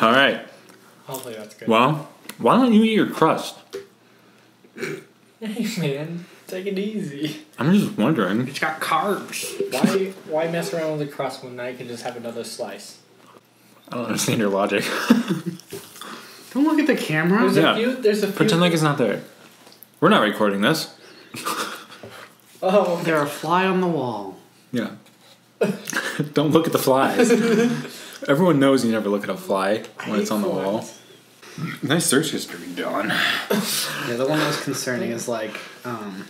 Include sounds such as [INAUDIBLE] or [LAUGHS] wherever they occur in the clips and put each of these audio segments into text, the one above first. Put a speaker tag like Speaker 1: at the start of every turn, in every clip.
Speaker 1: All right.
Speaker 2: Hopefully that's good.
Speaker 1: Well, why don't you eat your crust?
Speaker 2: Hey [LAUGHS] man, take it easy.
Speaker 1: I'm just wondering.
Speaker 3: It's got carbs.
Speaker 2: Why why mess around with the crust when I can just have another slice?
Speaker 1: I don't understand your [LAUGHS] logic.
Speaker 3: Don't look at the camera.
Speaker 2: There's
Speaker 1: Yeah.
Speaker 2: a few. There's a few.
Speaker 1: Pretend like it's not there. We're not recording this.
Speaker 2: oh,
Speaker 3: There are fly on the wall.
Speaker 1: Yeah. [LAUGHS] don't look at the [LAUGHS] flies. Everyone knows you never look at a fly when it's on the wall. Nice search history, Don.
Speaker 3: Yeah, the one that was concerning is like, um,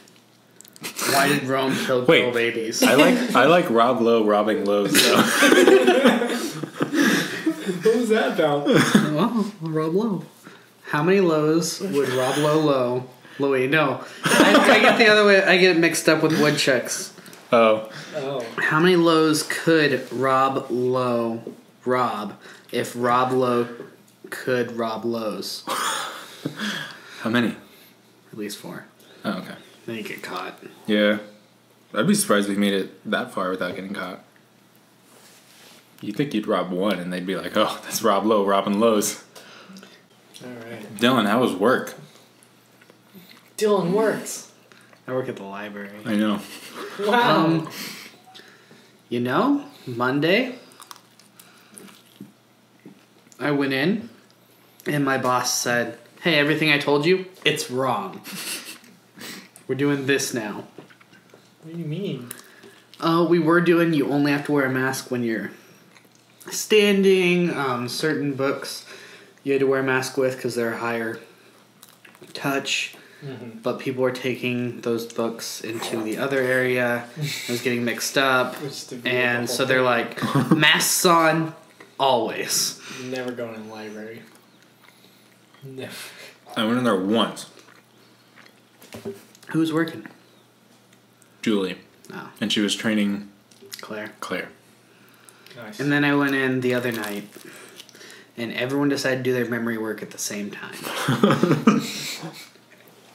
Speaker 3: why did Rome kill
Speaker 1: Wait.
Speaker 3: girl babies?
Speaker 1: I like I like Rob Lowe robbing Lowe's [LAUGHS] though.
Speaker 2: What was
Speaker 1: [LAUGHS]
Speaker 2: that about?
Speaker 3: [LAUGHS] well, Rob Lowe. How many lows would Rob Lowe low? Louis, no. I, I get the other way. I get it mixed up with woodchucks.
Speaker 1: Oh.
Speaker 2: oh,
Speaker 3: How many lows could Rob Lowe rob if Rob Lowe could rob lows?
Speaker 1: How many?
Speaker 3: At least four.
Speaker 1: Oh, okay.
Speaker 3: Then you get caught.
Speaker 1: Yeah. I'd be surprised we made it that far without getting caught. You'd think you'd rob one and they'd be like, oh, that's Rob Lowe robbing Lowe's.
Speaker 2: all right.
Speaker 1: Dylan, how was work?
Speaker 2: Dylan works.
Speaker 3: I work at the library.
Speaker 1: I know.
Speaker 2: Wow.
Speaker 3: Um, you know, Monday, I went in, and my boss said, "Hey, everything I told you, it's wrong. We're doing this now.
Speaker 2: what do you mean?
Speaker 3: Uh, we were doing. You only have to wear a mask when you're standing. Um, certain books, you had to wear a mask with because they're higher touch."
Speaker 2: Mhm.
Speaker 3: But people were taking those books into the other area. It was getting mixed up.
Speaker 2: Which to be
Speaker 3: And
Speaker 2: the
Speaker 3: so
Speaker 2: whole
Speaker 3: they're like, masks on always.
Speaker 2: thing. never going in the library. Never.
Speaker 1: I went in there once,
Speaker 3: Who's working?
Speaker 1: Julie,
Speaker 3: Oh,
Speaker 1: and she was training
Speaker 3: Claire.
Speaker 1: Claire.
Speaker 2: Nice.
Speaker 3: And then I went in the other night, and everyone decided to do their memory work at the same time.
Speaker 1: [LAUGHS]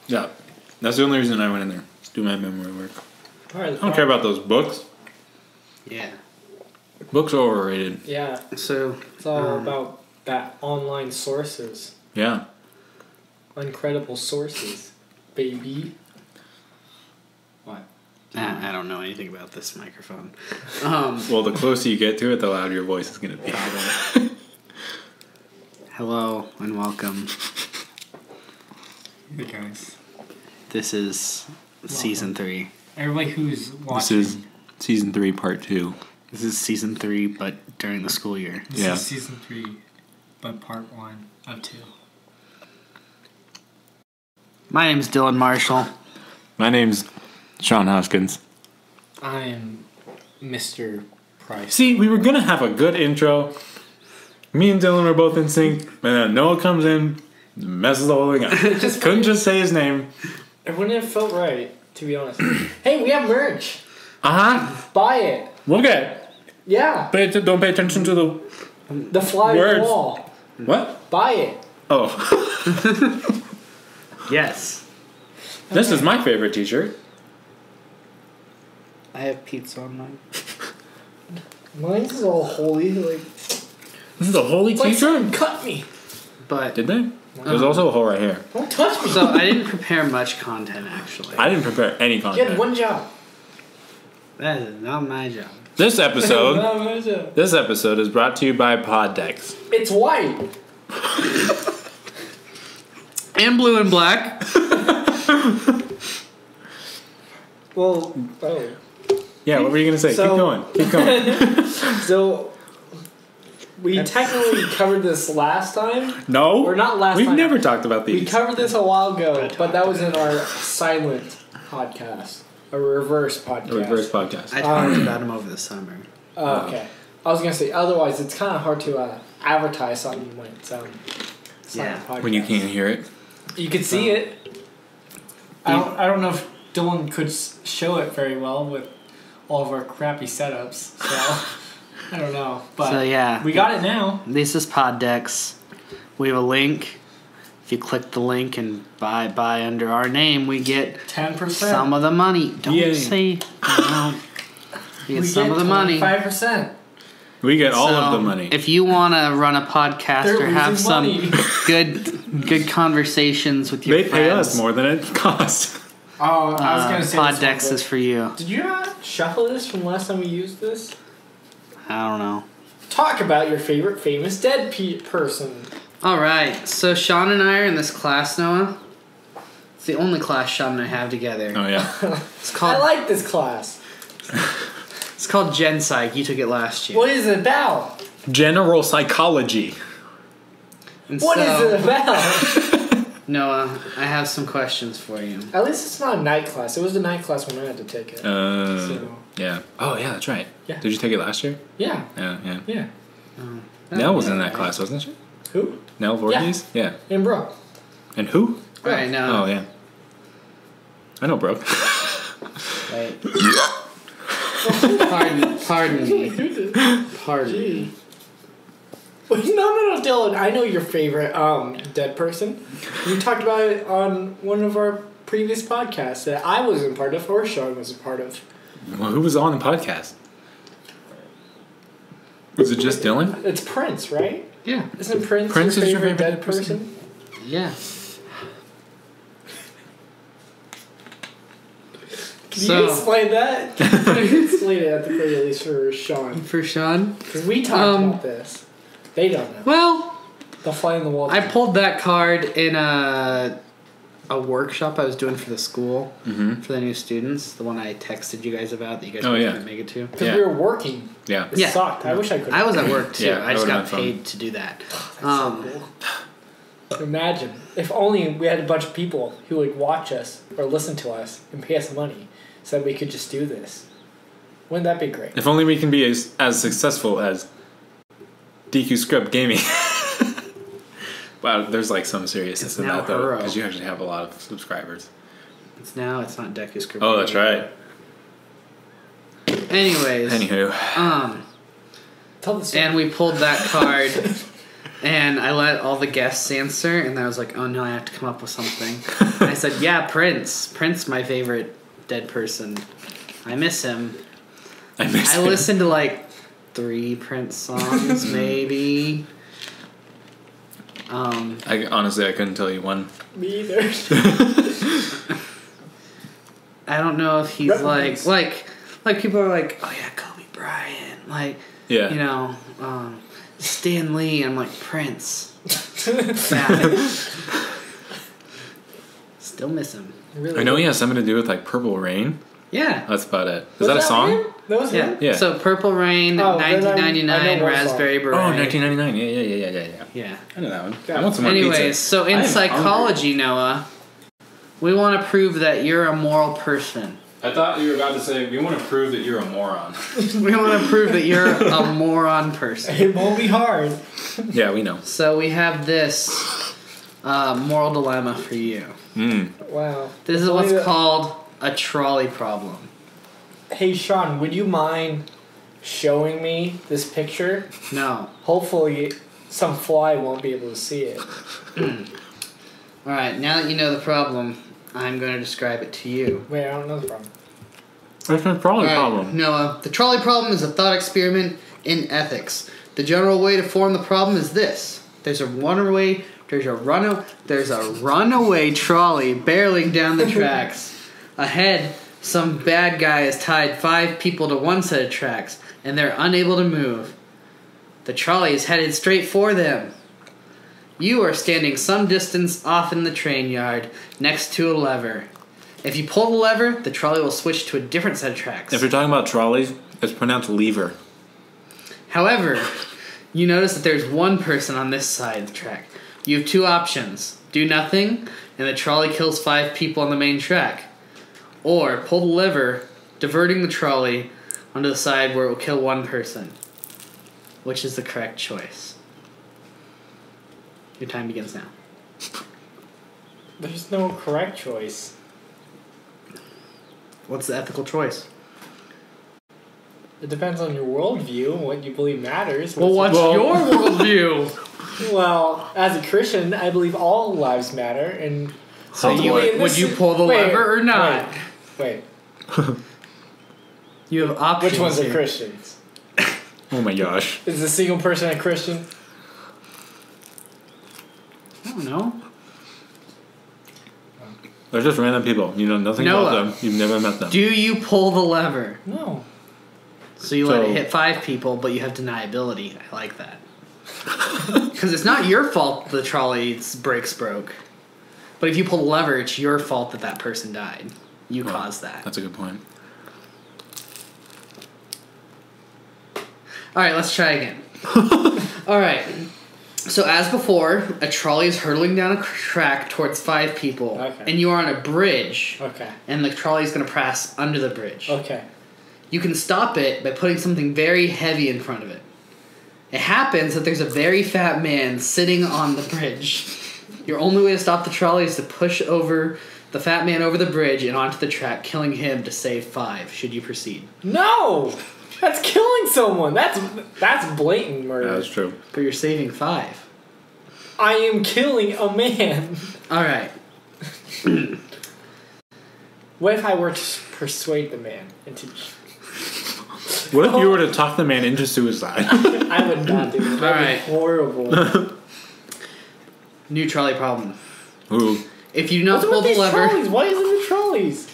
Speaker 1: Yeah. That's the only reason I went in there. to Do my memory work.
Speaker 2: Part of the
Speaker 1: I don't care
Speaker 2: problem-
Speaker 1: about those books.
Speaker 3: Yeah.
Speaker 1: Books are overrated.
Speaker 2: Yeah,
Speaker 3: So,
Speaker 2: it's all
Speaker 3: Um,
Speaker 2: about that online sources,
Speaker 1: Yeah.
Speaker 2: uncredible sources, baby. What?
Speaker 3: I, I don't know anything about this microphone. Um,
Speaker 1: Well, the closer you get to it, the louder your voice is going to be.
Speaker 3: hello and welcome.
Speaker 4: Hey guys.
Speaker 3: This is season three.
Speaker 4: Everybody who's
Speaker 1: This
Speaker 4: watching.
Speaker 1: is season three, part two.
Speaker 3: This is season three, but during the school year.
Speaker 4: this
Speaker 1: yeah.
Speaker 4: is season three, but part one of two.
Speaker 3: My name's Dylan Marshall.
Speaker 1: My name's Sean Hoskins.
Speaker 2: I am Mr. Price.
Speaker 1: See, we were gonna have a good intro. Me and Dylan were both in sync, and then Noah comes in, messes the whole thing [LAUGHS] up. just couldn't just say his name.
Speaker 2: It wouldn't have felt right, to be honest. [COUGHS] hey, we have merch.
Speaker 1: Uh huh.
Speaker 2: Buy it.
Speaker 1: Look at it.
Speaker 2: Yeah,
Speaker 1: Pay atten- don't pay attention to the
Speaker 2: the fly
Speaker 1: Words.
Speaker 2: wall.
Speaker 1: what?
Speaker 2: Buy it.
Speaker 1: Oh,
Speaker 3: Yes.
Speaker 1: [LAUGHS] this is my favorite T-shirt.
Speaker 3: I have pizza on mine.
Speaker 2: Mine's all holy. Like,
Speaker 1: This is a holy
Speaker 2: like someone cut me.
Speaker 3: But
Speaker 1: Did they? There's also a hole right here.
Speaker 2: Don't touch me.
Speaker 3: So I didn't prepare much content actually.
Speaker 1: I didn't prepare any
Speaker 2: you had
Speaker 1: content.
Speaker 2: one job.
Speaker 3: That is not my job.
Speaker 1: This episode,
Speaker 2: Not my job.
Speaker 1: this episode is brought to you by Poddex.
Speaker 2: It's white.
Speaker 3: And blue and black.
Speaker 2: Well, oh.
Speaker 1: Yeah, what were you gonna say?
Speaker 2: So-
Speaker 1: Keep going. Keep
Speaker 2: [LAUGHS]
Speaker 1: going.
Speaker 2: So, we [LAUGHS] technically covered this last time.
Speaker 1: No,
Speaker 2: Or not last
Speaker 1: We've
Speaker 2: time.
Speaker 1: never talked about
Speaker 2: We
Speaker 1: these.
Speaker 2: covered this a while ago, but that was in our silent podcast. A reverse podcast.
Speaker 1: A reverse podcast.
Speaker 3: I talked about him over the summer.
Speaker 2: Oh, okay. I was gonna say. Otherwise, it's kind of hard to uh, advertise something when it's um. it's not a
Speaker 3: Yeah.
Speaker 2: podcast.
Speaker 1: when you can't hear it.
Speaker 2: You can see it. I don't, I don't know if Dylan could s- show it very well with all of our crappy setups. So [LAUGHS] I don't know, but
Speaker 3: so yeah,
Speaker 2: we got it now.
Speaker 3: this is Pod Decks. We have a link. If you click the link and buy buy under our name, we get
Speaker 2: Ten percent.
Speaker 3: some of the money. Don't
Speaker 1: Yay.
Speaker 3: say. No. You get some of the money.
Speaker 2: Five percent.
Speaker 1: We get all of
Speaker 3: So,
Speaker 1: the money.
Speaker 3: If you want to run a podcast
Speaker 2: They're
Speaker 3: or have
Speaker 2: losing
Speaker 3: some [LAUGHS]
Speaker 2: money.
Speaker 3: good good conversations with your
Speaker 1: they
Speaker 3: friends,
Speaker 1: pay us more than it [LAUGHS] costs.
Speaker 2: Oh, I was
Speaker 3: uh,
Speaker 2: gonna say this one,
Speaker 3: Poddex
Speaker 2: but-
Speaker 3: is for you.
Speaker 2: Did you not shuffle this from last time we used this?
Speaker 3: I don't know.
Speaker 2: Talk about your favorite famous dead pe- person.
Speaker 3: All right, so Sean and I are in this class, Noah. It's the only class Sean and I have together.
Speaker 1: Oh yeah.
Speaker 2: [LAUGHS]
Speaker 3: It's
Speaker 2: I
Speaker 3: called
Speaker 2: like this class.
Speaker 3: it's called Gen Psych. You took it last year.
Speaker 2: What is it about?
Speaker 1: General psychology.
Speaker 3: And
Speaker 2: What is
Speaker 3: so,
Speaker 2: it about? [LAUGHS]
Speaker 3: Noah, I have some questions for you.
Speaker 2: At least it's not a night class. It was the night class when I had to take it.
Speaker 1: Uh,
Speaker 2: So-
Speaker 1: yeah. Oh yeah, that's right.
Speaker 2: Yeah.
Speaker 1: Did you take it last year?
Speaker 2: Yeah,
Speaker 1: Yeah, yeah.
Speaker 2: yeah.
Speaker 1: Nell was in that class, wasn't she?
Speaker 2: Who?
Speaker 1: Nell Voorhees? Yeah.
Speaker 2: And bro. [LAUGHS]
Speaker 1: And who?
Speaker 3: All right, Noah.
Speaker 1: Oh yeah. I know, bro. [LAUGHS]
Speaker 2: [LAUGHS]
Speaker 3: Wait. pardon, pardon me, pardon me.
Speaker 2: Wait, no, no, no, Dylan. I know your favorite um dead person. You talked about it on one of our previous podcasts that I wasn't part of or Sean was a part of.
Speaker 1: well, who was on the podcast? Was it just Dylan?
Speaker 2: It's Prince, right?
Speaker 3: Yeah,
Speaker 2: Isn't Prince,
Speaker 1: Prince
Speaker 2: your
Speaker 1: is your
Speaker 2: favorite
Speaker 1: favorite
Speaker 2: dead
Speaker 1: dead person?
Speaker 2: person?
Speaker 3: yeah.
Speaker 2: Can
Speaker 3: So-
Speaker 2: you explain that? Can you explain it at the very least for Sean?
Speaker 3: For Sean,
Speaker 2: Because we talked
Speaker 3: Um,
Speaker 2: about this. They don't know.
Speaker 3: well,
Speaker 2: The fly on the wall.
Speaker 3: I pulled that card in a a workshop I was doing for the school for the new students. The one I texted you guys about that you guys
Speaker 1: Mm-hmm. Oh,
Speaker 3: were
Speaker 1: yeah.
Speaker 3: gonna make it to.
Speaker 2: Because
Speaker 1: yeah.
Speaker 2: we were working.
Speaker 1: Yeah.
Speaker 2: It
Speaker 3: Yeah.
Speaker 2: sucked. I wish I could.
Speaker 3: I was at work too.
Speaker 1: Yeah,
Speaker 3: I just
Speaker 1: that
Speaker 3: got
Speaker 1: would've been
Speaker 3: paid to do that. Um,
Speaker 2: Imagine if only we had a bunch of people who would watch us or listen to us and pay us money so that we could just do this. Wouldn't that be great?
Speaker 1: If only we can be as, as successful as DQ Scrub Gaming. [LAUGHS] wow, there's like some seriousness
Speaker 3: It's
Speaker 1: in
Speaker 3: now
Speaker 1: that though,
Speaker 3: Hero.
Speaker 1: because you actually have a lot of subscribers.
Speaker 3: it's now it's not Deku's career.
Speaker 1: Oh, that's right.
Speaker 3: Anyways,
Speaker 1: Anywho,
Speaker 3: um,
Speaker 2: Tell the story.
Speaker 3: and we pulled that card, and I let all the guests answer, and I was like, oh no, I have to come up
Speaker 1: [LAUGHS]
Speaker 3: with something. And I said, yeah, Prince. Prince, my favorite dead person. I miss him.
Speaker 1: I missed
Speaker 2: [LAUGHS]
Speaker 3: I listened to like three Prince songs, maybe. Um,
Speaker 1: I honestly I couldn't tell you one.
Speaker 2: Me either. [LAUGHS]
Speaker 3: I don't know if he's
Speaker 2: Reverend
Speaker 3: like
Speaker 2: Prince.
Speaker 3: like like people are like, oh yeah, Kobe Bryant, like
Speaker 1: Yeah.
Speaker 3: you know, um, Stan Lee. I'm like Prince.
Speaker 2: [LAUGHS]
Speaker 3: Bad. Still miss him.
Speaker 2: really.
Speaker 1: I know he has something to do with like Purple Rain.
Speaker 3: Yeah.
Speaker 1: That's about it. Is
Speaker 2: Was
Speaker 1: that a
Speaker 2: him?
Speaker 1: song?
Speaker 2: That was
Speaker 3: Yeah.
Speaker 2: him?
Speaker 1: Yeah.
Speaker 3: So Purple Rain,
Speaker 2: Oh, then I- I know
Speaker 3: 1999,
Speaker 2: one song.
Speaker 3: Raspberry
Speaker 1: Oh,
Speaker 3: Beret.
Speaker 1: 1999. Yeah, yeah, yeah, yeah, yeah, yeah.
Speaker 3: Yeah.
Speaker 1: I know that one.
Speaker 2: Yeah.
Speaker 1: I want some more
Speaker 3: Anyways,
Speaker 1: pizza.
Speaker 3: so
Speaker 1: I
Speaker 3: in
Speaker 1: am
Speaker 3: psychology, Noah, we want to prove that you're a moral person. [LAUGHS]
Speaker 1: hungry. I thought you were about to say we want to prove that you're a moron.
Speaker 3: We want to prove that you're a moron person.
Speaker 2: It won't be hard.
Speaker 1: [LAUGHS] yeah, we know.
Speaker 3: So we have this uh, moral dilemma for you.
Speaker 1: Mm.
Speaker 2: Wow.
Speaker 3: This is
Speaker 2: Only
Speaker 3: what's
Speaker 2: the-
Speaker 3: called a trolley problem.
Speaker 2: Hey, Sean, would you mind showing me this picture?
Speaker 3: No.
Speaker 2: Hopefully, some fly won't be able to see it.
Speaker 3: All right. Now that you know the problem, I'm going to describe it to you.
Speaker 2: Wait, I don't know the problem.
Speaker 1: That's my problem.
Speaker 3: All right,
Speaker 1: problem.
Speaker 3: Noah, the trolley problem is a thought experiment in ethics. The general way to form the problem is this: there's a runaway, there's a run, there's a runaway trolley barreling down
Speaker 1: [LAUGHS]
Speaker 3: the tracks. Ahead, some bad guy has tied five people to one set of tracks, and they're unable to move. The trolley is headed straight for them. You are standing some distance off in the train yard, next to a lever. If you pull the lever, the trolley will switch to a different set of tracks.
Speaker 1: If you're talking about trolleys, it's pronounced lever.
Speaker 3: However, you notice that there's one person on this side of the track. You have two options do nothing, and the trolley kills five people on the main track, or pull the lever, diverting the trolley onto the side where it will kill one person, which is the correct choice. Your time begins now.
Speaker 2: There's no correct choice.
Speaker 3: What's the ethical choice?
Speaker 2: It depends on your worldview and what you believe matters.
Speaker 3: Well, what's
Speaker 1: Well-
Speaker 3: your worldview?
Speaker 2: [LAUGHS] Well, as a Christian, I believe all lives matter, and
Speaker 1: So
Speaker 3: you
Speaker 2: Wait,
Speaker 3: would, would
Speaker 2: this
Speaker 3: you
Speaker 2: is-
Speaker 3: pull the
Speaker 2: wait,
Speaker 3: lever or not?
Speaker 2: wait, Wait,
Speaker 3: You have options.
Speaker 2: which ones are
Speaker 3: here.
Speaker 2: Christians?
Speaker 1: Oh my gosh.
Speaker 2: Is a single person a Christian?
Speaker 3: I don't know.
Speaker 1: They're just random people. You know nothing
Speaker 3: Noah.
Speaker 1: about them. You've never met them.
Speaker 3: Do you pull the lever?
Speaker 2: No.
Speaker 3: So you let it
Speaker 1: So-
Speaker 3: hit five people, but you have deniability. I like that. [LAUGHS] Because it's not your fault the trolley's brakes broke. But if you pull the lever, it's your fault that that person died. You
Speaker 1: Well,
Speaker 3: caused that.
Speaker 1: That's a good point.
Speaker 3: All right, let's
Speaker 1: [LAUGHS]
Speaker 3: try again. All right. So as before, a trolley is hurtling down a track towards five people,
Speaker 2: Okay.
Speaker 3: and you are on a bridge,
Speaker 2: Okay.
Speaker 3: and the trolley is going to pass under the bridge.
Speaker 2: Okay.
Speaker 3: You can stop it by putting something very heavy in front of it. It happens that there's a very fat man sitting on the bridge. Your only way to stop the trolley is to push over the fat man over the bridge and onto the track, killing him to save five. Should you proceed?
Speaker 2: No! That's killing someone. That's that's blatant murder.
Speaker 1: That's true.
Speaker 3: But you're saving five.
Speaker 2: I am killing a man. [LAUGHS]
Speaker 3: All right.
Speaker 2: What if I were to persuade the man into
Speaker 1: What if you were to talk the man into
Speaker 3: [LAUGHS]
Speaker 1: suicide?
Speaker 2: I would not do it. That would be
Speaker 3: Alright. [LAUGHS]
Speaker 2: horrible.
Speaker 3: New trolley problem.
Speaker 1: Ooh.
Speaker 3: If you do not
Speaker 2: What's
Speaker 3: pull
Speaker 2: with
Speaker 3: the
Speaker 2: these
Speaker 3: lever,
Speaker 2: trolleys? Why is it the trolleys?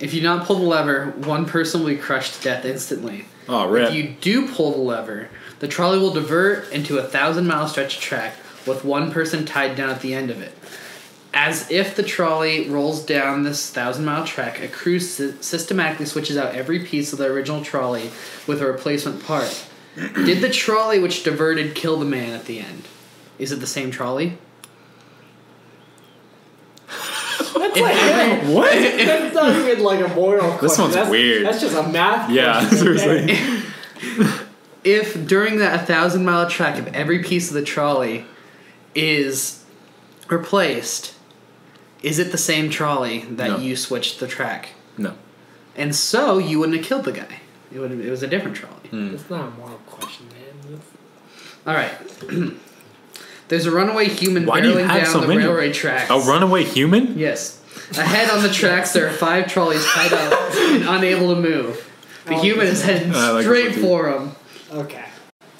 Speaker 3: if you do not pull the lever, one person will be crushed to death instantly.
Speaker 1: Oh, rip.
Speaker 3: If you do pull the lever, the trolley will divert into a thousand mile stretch of track with one person tied down at the end of it. As if the trolley rolls down this thousand mile track, a crew sy- systematically switches out every piece of the original trolley with a replacement part. Did the trolley which diverted kill the man at the end? Is it the same trolley?
Speaker 1: [LAUGHS]
Speaker 2: That's like
Speaker 1: what?
Speaker 2: that's not even like a moral question.
Speaker 1: This one's
Speaker 2: that's,
Speaker 1: weird.
Speaker 2: That's just a math
Speaker 1: Yeah, [LAUGHS]
Speaker 3: [LAUGHS]
Speaker 2: question.
Speaker 1: seriously.
Speaker 3: if during that 1,000 mile track of every piece of the trolley is replaced, is it the same trolley that
Speaker 1: No.
Speaker 3: you switched the track?
Speaker 1: No.
Speaker 3: And so you wouldn't have killed the guy. It, would it was a different trolley.
Speaker 1: Hmm.
Speaker 2: It's not a moral question, man. That's-
Speaker 3: All right. [CLEARS THROAT] There's a runaway human
Speaker 1: Why do you
Speaker 3: barreling
Speaker 1: have
Speaker 3: down
Speaker 1: so
Speaker 3: the
Speaker 1: many?
Speaker 3: railroad tracks.
Speaker 1: A runaway human?
Speaker 3: Yes. Ahead on the tracks, there are five trolleys
Speaker 1: [LAUGHS]
Speaker 3: tied up and unable to move. The human is heading
Speaker 1: I like
Speaker 3: straight
Speaker 1: this one, too.
Speaker 3: for him.
Speaker 2: Okay.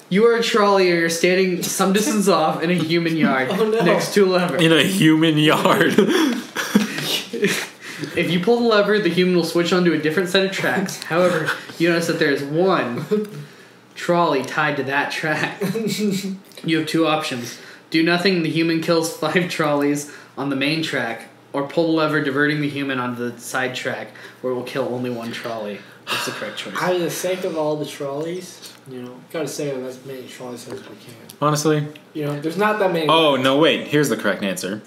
Speaker 3: You are a trolley or you're standing some
Speaker 2: [LAUGHS]
Speaker 3: distance off in a human yard
Speaker 2: Oh, no.
Speaker 3: next to a lever.
Speaker 1: In a human yard. [LAUGHS]
Speaker 3: If you pull the lever, the human will switch onto a different set
Speaker 2: [LAUGHS]
Speaker 3: of tracks. However, you notice that there is one trolley tied to that track. you have two options do nothing, the human kills five [LAUGHS] trolleys on the main track, or pull the lever, diverting the human onto the side track where it will kill only one trolley. That's the
Speaker 2: [SIGHS]
Speaker 3: correct choice.
Speaker 2: Out of the sake of all the trolleys, you know, gotta save as many trolleys as we can.
Speaker 1: Honestly.
Speaker 2: You know, there's not that many.
Speaker 1: Oh, no, wait. Here's the correct answer.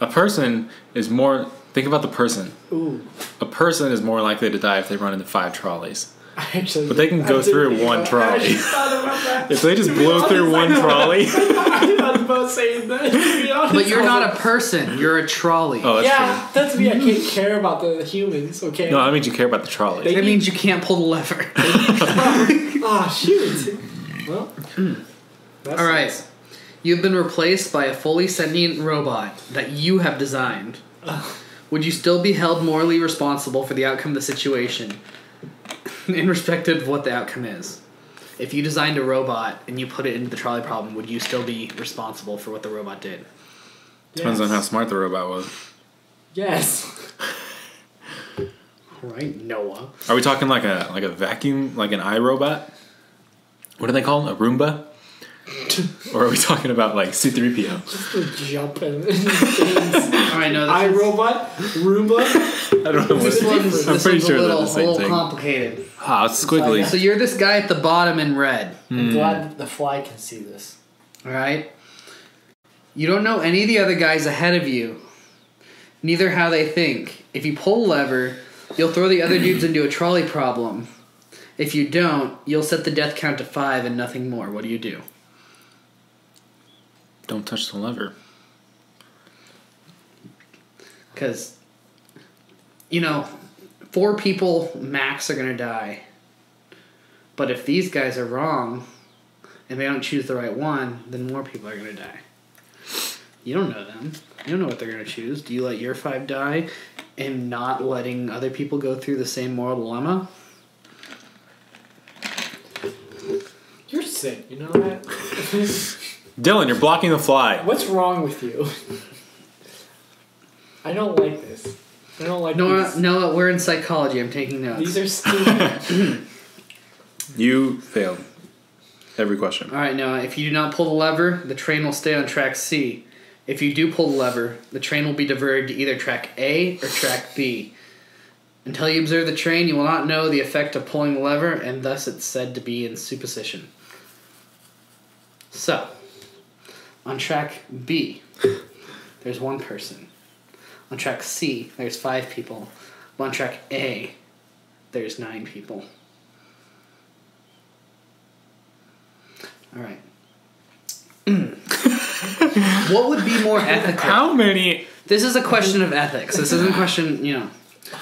Speaker 1: A person is more. Think about the person.
Speaker 2: Ooh. [LAUGHS]
Speaker 1: A person is more likely to die if they run into five trolleys.
Speaker 2: I actually.
Speaker 1: But they can
Speaker 2: I
Speaker 1: go
Speaker 2: didn't
Speaker 1: through
Speaker 2: think
Speaker 1: one
Speaker 2: about-
Speaker 1: trolley.
Speaker 2: I just thought about that.
Speaker 1: If they just
Speaker 2: To be
Speaker 1: blow
Speaker 2: honest,
Speaker 1: through one
Speaker 2: I-
Speaker 1: trolley.
Speaker 2: I thought about saying that.
Speaker 1: [LAUGHS]
Speaker 2: To be honest,
Speaker 3: But you're
Speaker 2: I was
Speaker 3: not
Speaker 2: [LAUGHS] like,
Speaker 3: a person, you're a trolley.
Speaker 1: Oh, that's
Speaker 2: yeah, that's me. I can't care about the humans. Okay.
Speaker 1: true. No, that means you care about the trolley.
Speaker 2: They-
Speaker 3: That means you can't pull the lever. [LAUGHS]
Speaker 2: Ah, shoot. Well,
Speaker 1: Hmm.
Speaker 2: that's
Speaker 3: All right. You've been replaced by a fully sentient robot that you have designed. Would you still be held morally responsible for the outcome of the situation, [LAUGHS] in respect of what the outcome is? If you designed a robot and you put it into the trolley problem, would you still be responsible for what the robot did?
Speaker 1: Depends on how
Speaker 2: yes.
Speaker 1: smart the robot was.
Speaker 2: Yes.
Speaker 3: All right, Noah.
Speaker 1: Are we talking like a like a vacuum, like an iRobot? What do they call 'em? A Roomba? or are we talking about like C3PO?
Speaker 2: Jumping. [LAUGHS]
Speaker 3: All right, no. This
Speaker 2: I
Speaker 3: is-
Speaker 2: robot. Roomba.
Speaker 1: I don't know. What
Speaker 3: This
Speaker 1: it-
Speaker 3: one's, this
Speaker 1: I'm
Speaker 3: one's
Speaker 1: pretty sure
Speaker 3: a
Speaker 1: they're
Speaker 3: little,
Speaker 1: the same
Speaker 3: a little
Speaker 1: thing.
Speaker 3: complicated.
Speaker 1: Ah, it's squiggly.
Speaker 3: So you're this guy at the bottom in red.
Speaker 2: I'm glad the fly can see this.
Speaker 3: All right. You don't know any of the other guys ahead of you, neither how they think. If you pull a lever, you'll throw the other dudes into a trolley problem. If you don't, you'll set the death count to five and nothing more. What do you do?
Speaker 1: Don't touch the lever.
Speaker 3: Because, you know, four people max are going to die. But if these guys are wrong and they don't choose the right one, then more people are going to die. You don't know them. You don't know what they're going to choose. Do you let your five die and not letting other people go through the same moral dilemma?
Speaker 2: say, you know what?
Speaker 1: Dylan, you're blocking the fly.
Speaker 2: [LAUGHS] What's wrong with you? I don't like this. I don't like
Speaker 3: Nora,
Speaker 2: these.
Speaker 3: Noah, we're in psychology. I'm taking notes.
Speaker 2: These
Speaker 3: [LAUGHS]
Speaker 2: are stupid.
Speaker 1: You failed every question.
Speaker 3: All right, Noah. If you do not pull the lever, the train will stay on track C. If you do pull the lever, the train will be diverted to either track A or track B. Until you observe the train, you will not know the effect of pulling the lever, and thus it's said to be in superstition. So, on track B, there's one person. On track C, there's five people. On track A, there's nine people. All right. what would be more ethical?
Speaker 1: How many?
Speaker 3: This is a question of ethics. This isn't a question, you know.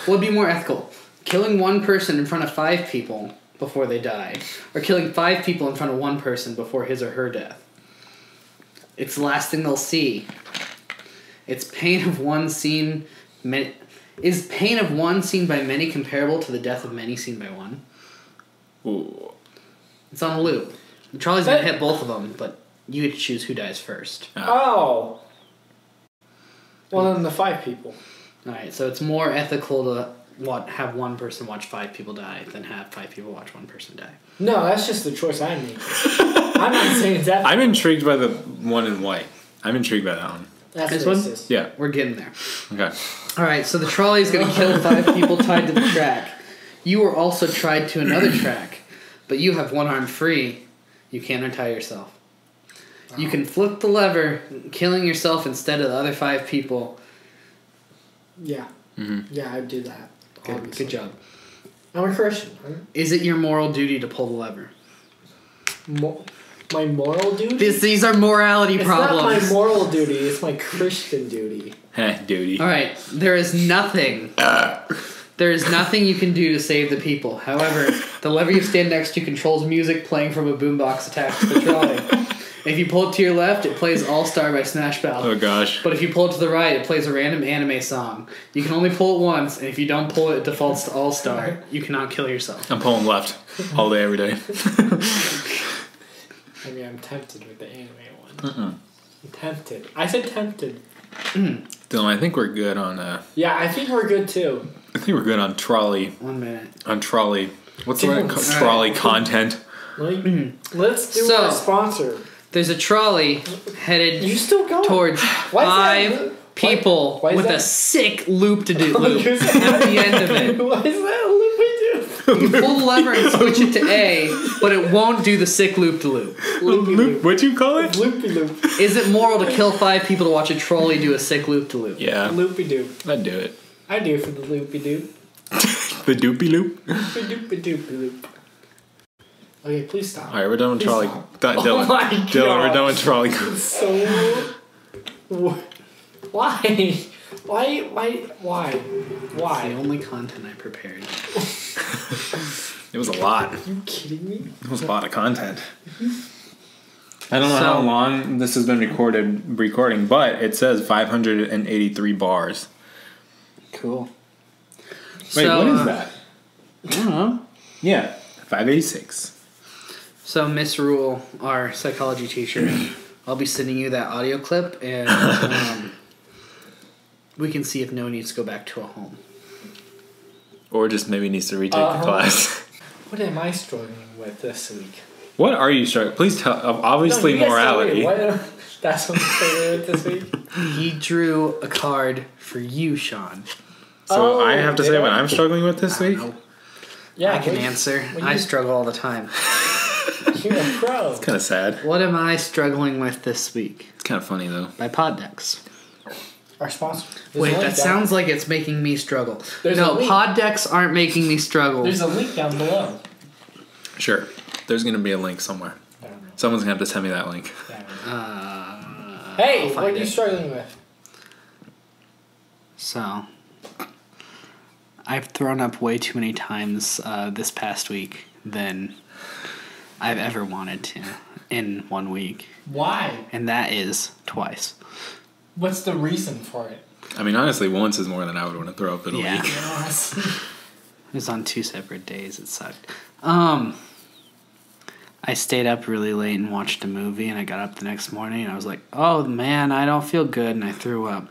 Speaker 3: What would be more ethical? Killing one person in front of five people before they die, or killing five people in front of one person before his or her death? It's the last thing they'll see. It's pain of one seen. ma- Is pain of one seen by many comparable to the death of many seen by one?
Speaker 1: Ooh.
Speaker 3: It's on a loop. The trolley's gonna
Speaker 2: That-
Speaker 3: hit both of them, but you get to choose who dies first.
Speaker 2: oh. Well, then the five people.
Speaker 3: All right, so it's more ethical to what have one person watch five people die than have five people watch one person die.
Speaker 2: No, that's just the choice I
Speaker 3: [LAUGHS]
Speaker 2: made. I'm not saying it's that.
Speaker 1: I'm intrigued by the one in white. I'm intrigued by that one.
Speaker 2: that's
Speaker 3: This one?
Speaker 2: racist.
Speaker 1: Yeah.
Speaker 3: We're getting there.
Speaker 1: Okay.
Speaker 3: All right, so the trolley's going to kill five people tied to the track. You are also tied to another track, but you have one arm free. You can't untie yourself. You can flip the lever, killing yourself instead of the other five people.
Speaker 2: Yeah. Yeah, I do that.
Speaker 3: Mm-hmm. Good,
Speaker 2: obviously.
Speaker 3: good job.
Speaker 2: I'm a Christian. I'm
Speaker 3: Is it your moral duty to pull the lever?
Speaker 2: mo- my moral duty.
Speaker 3: This, these are morality
Speaker 2: it's
Speaker 3: problems.
Speaker 2: not my moral duty. It's my Christian duty.
Speaker 1: Heh, duty.
Speaker 3: All right, there is nothing. There is nothing you can do to save the people. However, the lever you stand next to controls music playing from a boombox attached to the trolley. if you pull it to your left, it plays All Star by Smash Mouth.
Speaker 1: Oh gosh.
Speaker 3: But if you pull it to the right, it plays a random anime song. You can only pull it once, and if you don't pull it, it defaults to All Star. You cannot kill yourself.
Speaker 1: I'm pulling left all day, every day.
Speaker 2: I mean, I'm tempted with the anime one. I'm tempted. I said tempted.
Speaker 1: Dylan, I think we're good on. Uh,
Speaker 2: Yeah, I think we're good too.
Speaker 1: I think we're good on trolley.
Speaker 3: One minute.
Speaker 1: On trolley. What's the word? Co-
Speaker 2: Dylan.
Speaker 1: trolley content.
Speaker 2: Like, let's do
Speaker 3: So-
Speaker 2: our sponsor.
Speaker 3: There's a trolley headed
Speaker 2: You still going? [LAUGHS]
Speaker 3: towards
Speaker 2: Why is that-
Speaker 3: five people
Speaker 2: why is
Speaker 3: with
Speaker 2: that-
Speaker 3: a sick loop
Speaker 2: [LAUGHS]
Speaker 3: to do loop
Speaker 2: you're saying-
Speaker 3: at the end of it.
Speaker 2: Why is that a loopy
Speaker 3: You pull the lever and switch it to A, but it won't do the sick loop to loop.
Speaker 2: Loopy loop.
Speaker 1: What'd you call it?
Speaker 2: Loopy loop.
Speaker 3: Is it moral to kill five people to watch a trolley do a sick loop to loop?
Speaker 1: Yeah,
Speaker 2: Loopy doop.
Speaker 1: I'd do it.
Speaker 2: I do for the loopy doop.
Speaker 1: The doopy loop.
Speaker 2: Loopy doopy doopy loop. Okay, please stop.
Speaker 1: All right, we're done with
Speaker 2: Please
Speaker 1: trolley.
Speaker 2: stop.
Speaker 1: Th- Dylan,
Speaker 2: [LAUGHS] my
Speaker 1: Dylan, we're
Speaker 2: God.
Speaker 1: done with trolley.
Speaker 2: So, wh- why, why, why, why,
Speaker 3: The
Speaker 2: why?
Speaker 3: only content I prepared.
Speaker 1: It was a lot.
Speaker 2: Are you kidding me?
Speaker 1: It was a lot of content. I don't know
Speaker 3: So-
Speaker 1: how long this has been recorded, recording, but it says 583 bars.
Speaker 3: Cool.
Speaker 1: Wait,
Speaker 3: so,
Speaker 1: what
Speaker 3: uh,
Speaker 1: is that?
Speaker 3: I don't know.
Speaker 1: Yeah, 586.
Speaker 3: So, Miss Rule, our
Speaker 2: [CLEARS THROAT]
Speaker 3: psychology teacher, I'll be sending you that audio clip,
Speaker 2: [LAUGHS]
Speaker 3: and um, we can see if Noah needs to go back to a home.
Speaker 1: Or just maybe needs to retake
Speaker 2: Uh-huh.
Speaker 1: the class. [LAUGHS]
Speaker 2: What am I struggling with this week?
Speaker 1: What are you struggling? Please tell. ob- Obviously,
Speaker 2: No, you guys tell
Speaker 1: morality.
Speaker 2: me, what- that's what I'm struggling with this
Speaker 3: [LAUGHS]
Speaker 2: week.
Speaker 3: He drew a card for you, Sean.
Speaker 1: So
Speaker 2: Oh,
Speaker 1: I have to
Speaker 2: did
Speaker 1: say
Speaker 2: I?
Speaker 1: what I'm struggling with this week.
Speaker 3: Nope.
Speaker 2: Yeah,
Speaker 3: I can
Speaker 2: what-
Speaker 3: answer.
Speaker 2: what
Speaker 3: I
Speaker 2: you-
Speaker 3: struggle all the time.
Speaker 2: [LAUGHS] You're a pro.
Speaker 1: Kind of sad.
Speaker 3: What am I struggling with this week?
Speaker 1: It's kind of funny though.
Speaker 3: By Poddex.
Speaker 2: Our sponsor. There's
Speaker 3: Wait,
Speaker 2: a
Speaker 3: that
Speaker 2: link down-
Speaker 3: sounds like it's making me struggle.
Speaker 2: There's a
Speaker 3: no,
Speaker 2: link.
Speaker 3: pod decks aren't making me struggle.
Speaker 2: There's a link down below.
Speaker 1: Sure. There's gonna be a link somewhere.
Speaker 2: I don't know.
Speaker 1: Someone's gonna have to send me that link.
Speaker 2: I don't know.
Speaker 3: uh, I'll
Speaker 2: Hey,
Speaker 3: find
Speaker 2: what are you
Speaker 3: it.
Speaker 2: struggling with?
Speaker 3: so, I've thrown up way too many times uh, this past week than I've ever wanted to in one week,
Speaker 2: Why?
Speaker 3: and that is twice.
Speaker 2: What's the reason for it?
Speaker 1: I mean, honestly, once is more than I would want to throw up in a
Speaker 3: Yeah.
Speaker 1: week.
Speaker 2: Yes.
Speaker 3: It was on two separate days. It sucked. Um, I stayed up really late and watched a movie, and I got up the next morning and I was like, oh man, I don't feel good, and I threw up.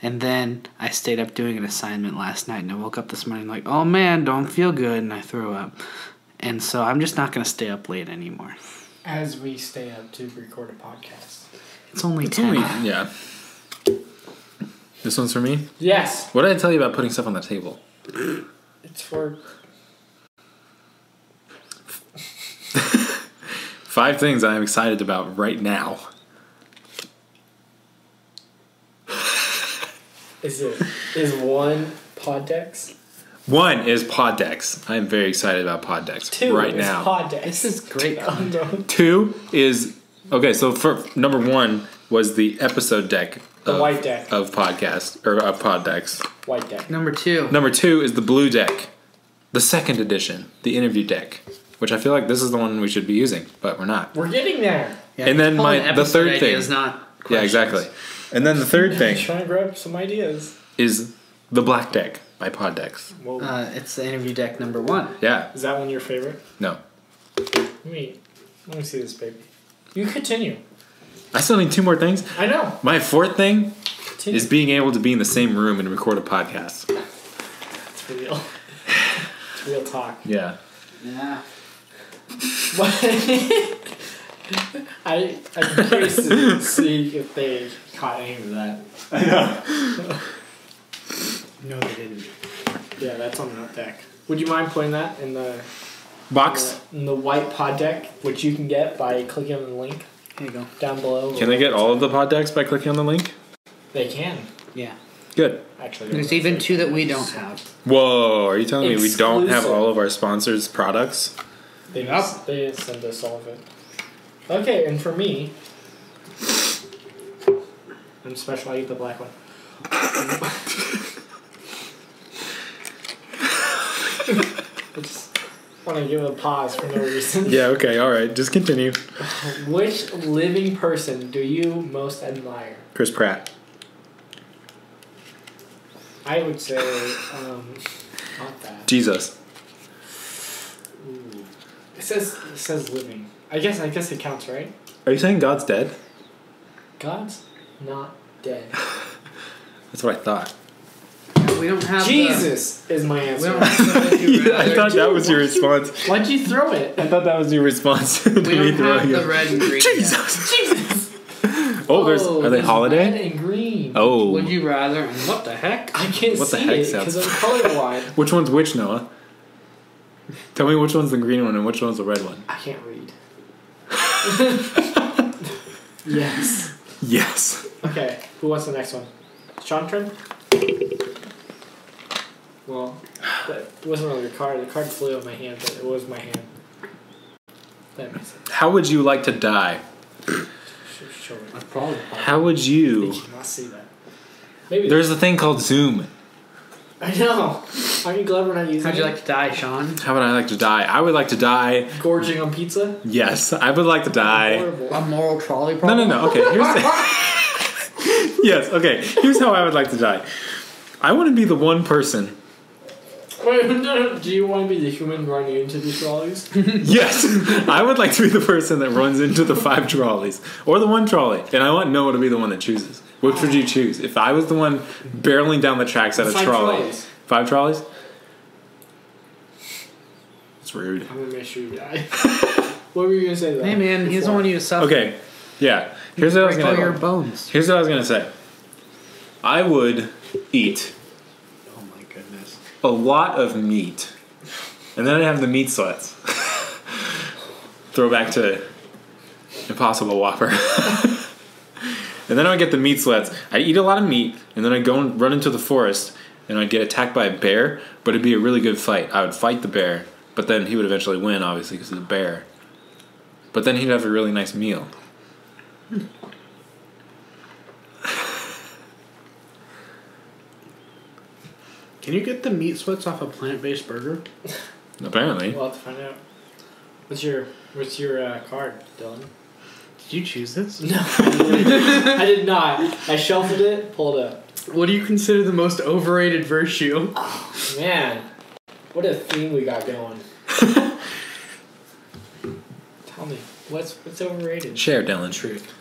Speaker 3: And then I stayed up doing an assignment last night, and I woke up this morning like, oh man, don't feel good, and I threw up. And so I'm just not going to stay up late anymore.
Speaker 2: [LAUGHS] As we stay up to record a podcast.
Speaker 3: It's only
Speaker 1: It's
Speaker 3: 10.
Speaker 1: only [SIGHS] yeah. This one's for me.
Speaker 2: Yes,
Speaker 1: What did I tell you about putting stuff on the table?
Speaker 2: it's for
Speaker 1: Five things I am excited about right now.
Speaker 2: is it is one Poddex?
Speaker 1: One is Pod Decks. I am very excited about Pod Decks
Speaker 2: Two
Speaker 1: right
Speaker 2: is
Speaker 1: now.
Speaker 2: Poddex. Oh,
Speaker 3: This is
Speaker 2: [LAUGHS]
Speaker 3: great.
Speaker 2: I'm done.
Speaker 1: Two is okay. So for number one was the episode deck,
Speaker 2: The
Speaker 1: of,
Speaker 2: white deck.
Speaker 1: of podcast or of pod decks.
Speaker 2: White deck.
Speaker 3: Number two.
Speaker 1: Number two is the blue deck, the second edition, the interview deck, which I feel like this is the one we should be using, but we're not.
Speaker 2: We're getting there.
Speaker 3: Yeah,
Speaker 1: And then
Speaker 3: it's called
Speaker 1: my-
Speaker 3: an
Speaker 1: the
Speaker 3: episode
Speaker 1: third
Speaker 3: idea,
Speaker 1: thing.
Speaker 3: Is not
Speaker 1: Yeah, exactly. And then the third
Speaker 2: I'm
Speaker 1: thing
Speaker 2: trying to grab some ideas.
Speaker 1: is the black deck by pod decks.
Speaker 2: Well,
Speaker 3: Uh, it's the interview deck number one.
Speaker 1: Yeah,
Speaker 2: is that one your favorite?
Speaker 1: no,
Speaker 2: Let me let me see this baby. You continue.
Speaker 1: I still need two more things.
Speaker 2: I know.
Speaker 1: My fourth thing
Speaker 2: Continue.
Speaker 1: is being able to be in the same room and record a podcast.
Speaker 2: It's real. It's real talk. [LAUGHS]
Speaker 1: Yeah.
Speaker 3: Yeah.
Speaker 2: I I'm curious to see if they caught any of that.
Speaker 3: No, they didn't.
Speaker 2: Yeah, that's on that deck. Would you mind putting that in the
Speaker 1: Box.
Speaker 2: in the white pod deck, which you can get by clicking on the link
Speaker 3: Here you go.
Speaker 2: down below?
Speaker 1: Can I get all of the pod decks by clicking on the link?
Speaker 2: They can
Speaker 3: Yeah.
Speaker 1: Good.
Speaker 2: actually.
Speaker 3: There's even two that we don't have.
Speaker 1: Whoa, are you telling me we don't have
Speaker 2: Exclusive.
Speaker 1: all of our sponsors' products?
Speaker 2: They
Speaker 3: Yep.
Speaker 2: just, they didn't send us all of it. Okay, and for me, I'm special. I eat the black one. I just want to give a pause for no reason.
Speaker 1: Yeah, okay, all right. Just continue.
Speaker 2: Which living person do you most admire?
Speaker 1: Chris Pratt.
Speaker 2: I would say, um, not that.
Speaker 1: Jesus.
Speaker 2: Ooh. It says it says living. I guess I guess it counts, right?
Speaker 1: Are you saying God's dead?
Speaker 2: God's not dead.
Speaker 1: That's what I thought. [LAUGHS]
Speaker 3: We don't have the-
Speaker 2: Jesus is my
Speaker 3: we
Speaker 2: answer.
Speaker 3: don't [LAUGHS] have the would you rather.
Speaker 1: I thought that was your response.
Speaker 2: Why'd you throw [LAUGHS] it?
Speaker 1: I thought that was your response [LAUGHS] to
Speaker 3: we
Speaker 1: me
Speaker 3: don't have
Speaker 1: throwing
Speaker 3: the
Speaker 1: up.
Speaker 3: red and green. yet.
Speaker 1: Jesus. Oh, there's are they
Speaker 2: there's
Speaker 1: holiday?
Speaker 2: Red and green.
Speaker 1: Oh.
Speaker 3: Would you rather? And what the heck?
Speaker 2: I can't
Speaker 1: What the
Speaker 2: see
Speaker 1: heck,
Speaker 2: it
Speaker 1: Seth?
Speaker 2: because I'm colorblind.
Speaker 1: Which one's which, Noah? Tell me which one's the green one and which one's the red one.
Speaker 2: I can't
Speaker 1: [LAUGHS]
Speaker 2: read. yes.
Speaker 1: Yes.
Speaker 2: Okay. Who wants the next one? Sean turn. Well, that wasn't really the card. The card flew out of my hand, but it was my hand. That makes sense.
Speaker 1: How would you like to die?
Speaker 2: Sh- Sure.
Speaker 3: That's probably.
Speaker 1: How would
Speaker 2: They
Speaker 1: you?
Speaker 2: cannot see that. Maybe
Speaker 1: There's a thing called Zoom.
Speaker 2: I know. Aren't you glad we're not using?
Speaker 3: How'd you
Speaker 2: it?
Speaker 3: like to die, Sean?
Speaker 1: How would I like to die? I would like to die.
Speaker 2: gorging on pizza?
Speaker 1: Yes, I would like to die.
Speaker 2: Horrible.
Speaker 3: A moral trolley
Speaker 1: No,
Speaker 3: problem.
Speaker 1: no, no. Okay, here's. [LAUGHS] yes. Okay, here's how I would like to die. I want to be the one person.
Speaker 2: Wait, [LAUGHS] no, do you want to be the human running into these [LAUGHS] trolleys?
Speaker 1: Yes, I would like to be the person that runs into the five trolleys or the one trolley, and I want Noah to be the one that chooses. Which would you choose if I was the one barreling down the tracks at a
Speaker 2: Five
Speaker 1: trolley?
Speaker 2: trolleys.
Speaker 1: Five trolleys. That's rude.
Speaker 2: I'm gonna make sure you die. [LAUGHS] what were you gonna say? Though,
Speaker 3: Hey man, he's the
Speaker 2: before?
Speaker 3: one you suffer.
Speaker 1: Okay. Yeah. Here's what I was
Speaker 3: Break all
Speaker 1: gonna.
Speaker 3: your bones.
Speaker 1: Here's what I was gonna say. I would eat
Speaker 3: Oh my goodness.
Speaker 1: a lot of meat, and then I have the meat sweats. [LAUGHS] Throw back to Impossible Whopper. [LAUGHS] and then I would get the meat sweats. I'd eat a lot of meat, and then I'd go and run into the forest, and I'd get attacked by a bear, but it'd be a really good fight. I would fight the bear, but then he would eventually win, obviously, because he's a bear. But then he'd have a really nice meal.
Speaker 3: Can you get the meat sweats off a plant-based burger?
Speaker 1: Apparently.
Speaker 2: We'll have to find out. What's your What's your uh, card, Dylan? [LAUGHS]
Speaker 3: Did you choose this?
Speaker 2: No, I did not. I shuffled it, pulled up.
Speaker 3: What do you consider the most overrated virtue?
Speaker 2: [LAUGHS] Man, what a theme we got going. Tell me, what's what's overrated?
Speaker 1: Share, Dylan.
Speaker 2: Truth.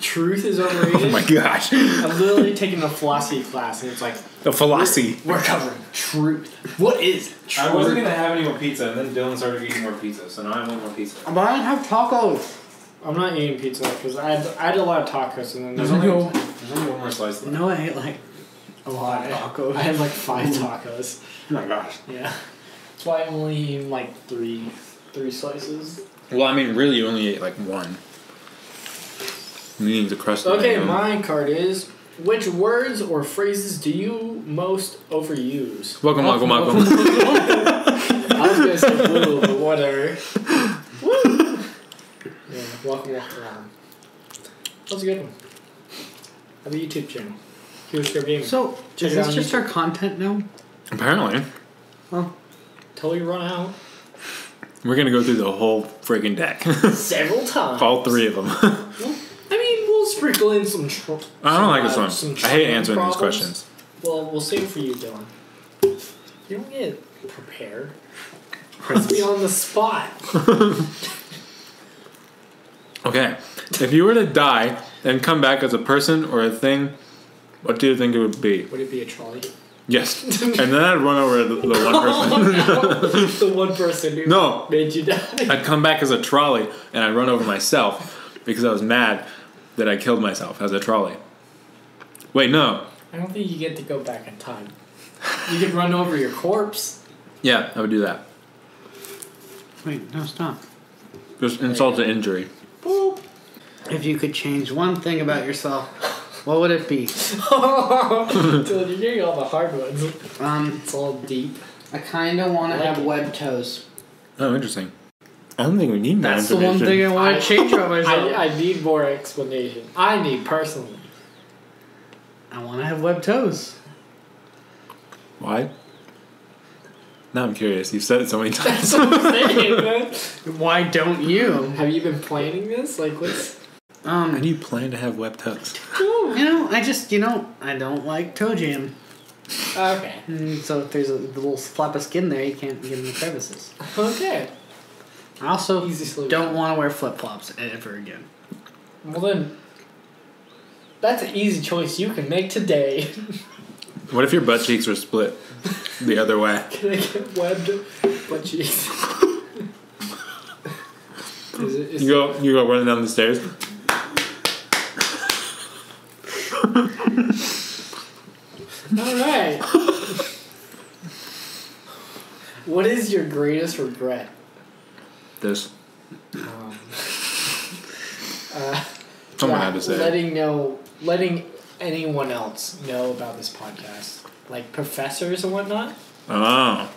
Speaker 2: Truth [LAUGHS] is
Speaker 1: Oh
Speaker 2: overrated.
Speaker 1: my gosh.
Speaker 2: I'm literally taking a philosophy class, and it's like
Speaker 1: The philosophy.
Speaker 2: we're covering truth. What is truth?
Speaker 1: I wasn't gonna have any more pizza, and then Dylan started eating more pizza, so now I want more pizza.
Speaker 3: But I don't have tacos.
Speaker 2: I'm not eating pizza because I had, I had a lot of tacos and then
Speaker 1: There's
Speaker 2: there's [LAUGHS]
Speaker 1: only,
Speaker 2: only
Speaker 3: No.
Speaker 1: there's only one more slice left.
Speaker 3: No, I ate like a lot of
Speaker 2: tacos. [LAUGHS]
Speaker 3: tacos.
Speaker 2: I had like five tacos.
Speaker 1: Oh my gosh.
Speaker 2: Yeah, that's why I'm only eating like three three slices.
Speaker 1: Well, I mean, really, you only ate like one. Meaning the crust. of
Speaker 2: Okay,
Speaker 1: my own.
Speaker 2: my card is which words or phrases do you most overuse?
Speaker 1: Welcome, welcome, [LAUGHS] welcome.
Speaker 2: I was gonna [LAUGHS] say woo, but whatever. Woo. Yeah, welcome, welcome around. That was a good one. I have a YouTube channel. Here's your game.
Speaker 3: So,
Speaker 2: Check
Speaker 3: is
Speaker 2: it out
Speaker 3: this
Speaker 2: on
Speaker 3: just our content now?
Speaker 1: Apparently,
Speaker 2: Till you run out.
Speaker 1: we're gonna go through the whole freaking deck, [LAUGHS]
Speaker 2: Several times.
Speaker 1: all three of them. [LAUGHS]
Speaker 2: I mean, we'll sprinkle in some. Tr-
Speaker 1: I
Speaker 2: some,
Speaker 1: don't like
Speaker 2: uh,
Speaker 1: this
Speaker 2: some
Speaker 1: one. I hate
Speaker 2: trivia
Speaker 1: answering
Speaker 2: problems.
Speaker 1: these questions.
Speaker 2: Well, we'll save it for you, Dylan. You don't
Speaker 1: [LAUGHS]
Speaker 2: get prepared. Let's be on the spot.
Speaker 1: Okay, if you were to die and come back as a person or a thing, what do you think it would be?
Speaker 2: Would it be
Speaker 1: [LAUGHS]
Speaker 2: a trolley?
Speaker 1: Yes, and then I'd run over the, the one [LAUGHS] person.
Speaker 2: the one person who
Speaker 1: No,
Speaker 2: made you die.
Speaker 1: I'd come back as a trolley and I'd run over myself because I was mad that I killed myself as a trolley. Wait, no.
Speaker 2: I don't think you get to go back in time. You could run over your corpse. [LAUGHS]
Speaker 1: Yeah, I would do that.
Speaker 3: Wait, no, stop.
Speaker 1: Just insult to injury.
Speaker 2: Boop.
Speaker 3: If you could change one thing about yourself, what would it be?
Speaker 2: Dylan, you're getting all the hard ones.
Speaker 3: Um,
Speaker 2: It's all deep.
Speaker 3: I kind of want to have web toes.
Speaker 1: Oh, interesting. I don't think we need that
Speaker 3: That's the one thing I want
Speaker 2: I-
Speaker 3: to change about myself.
Speaker 2: I, I need more explanation. I need personally. [LAUGHS]
Speaker 3: I want to have web toes.
Speaker 1: Why? Now I'm curious. You've said it so
Speaker 3: [LAUGHS]
Speaker 1: many times.
Speaker 2: That's what I'm saying, man.
Speaker 3: Why don't you?
Speaker 2: Have you been planning this?
Speaker 1: [LAUGHS]
Speaker 2: Like, what's.
Speaker 1: How
Speaker 3: Um,
Speaker 1: do you plan to have web toes?
Speaker 3: you know, I just, you know, I don't like toe jam.
Speaker 2: Okay.
Speaker 3: Mm, So if there's a the little flap of skin there, you can't get in the crevices.
Speaker 2: Okay.
Speaker 3: I also
Speaker 2: Easy solution.
Speaker 3: don't want to wear flip flops ever again.
Speaker 2: Well, then. That's an easy choice you can make today. [LAUGHS]
Speaker 1: What if your butt cheeks were split the other way?
Speaker 2: Can I get webbed? But jeez. is it, is
Speaker 1: You go, you go running down the stairs.
Speaker 2: All right. what is your greatest regret?
Speaker 1: This
Speaker 2: Um, uh,
Speaker 1: someone
Speaker 2: not
Speaker 1: had to say. it.
Speaker 2: Letting know, letting anyone else know about this podcast, like professors and whatnot.
Speaker 1: Oh,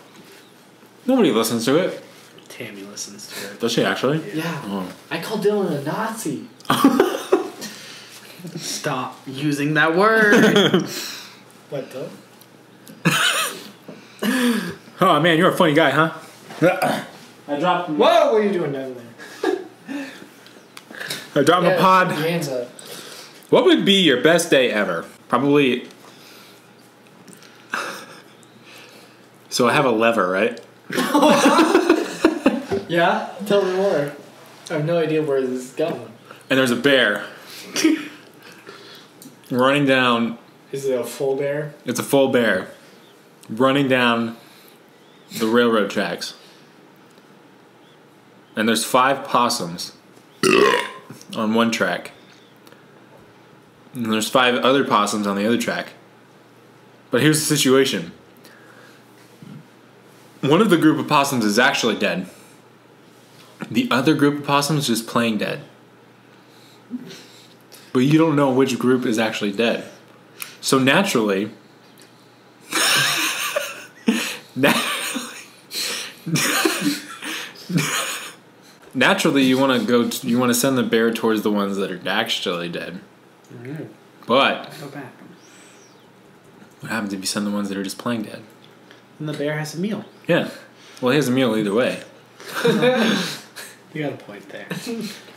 Speaker 1: nobody listens to it,
Speaker 3: Tammy listens to it.
Speaker 1: does she? Actually.
Speaker 2: Yeah.
Speaker 1: Oh.
Speaker 2: I called Dylan a Nazi.
Speaker 3: Stop using that [LAUGHS] word.
Speaker 2: What the?
Speaker 1: Oh man, you're a funny guy, huh?
Speaker 2: I dropped. Whoa! What are you doing down there?
Speaker 1: I dropped
Speaker 2: Yeah,
Speaker 1: a pod.
Speaker 2: your hands up.
Speaker 1: What would be your best day ever? Probably. so I have a lever, right?
Speaker 2: Yeah. Tell me more. I have no idea where this is going.
Speaker 1: And there's a bear [LAUGHS] running down.
Speaker 2: Is it a full bear?
Speaker 1: It's a full bear running down the railroad tracks. And there's five possums on one track. And there's five other possums on the other track. But here's the situation. One of the group of possums is actually dead. The other group of possums is playing dead. But you don't know which group is actually dead. So naturally, naturally, [LAUGHS] naturally, you want to go. You want to send the bear towards the ones that are actually dead. Mm-hmm. But
Speaker 3: Go back.
Speaker 1: what happens if you send the ones that are just playing dead?
Speaker 3: And the bear has a meal.
Speaker 1: Yeah. Well, he has a meal either way.
Speaker 3: You got a point there.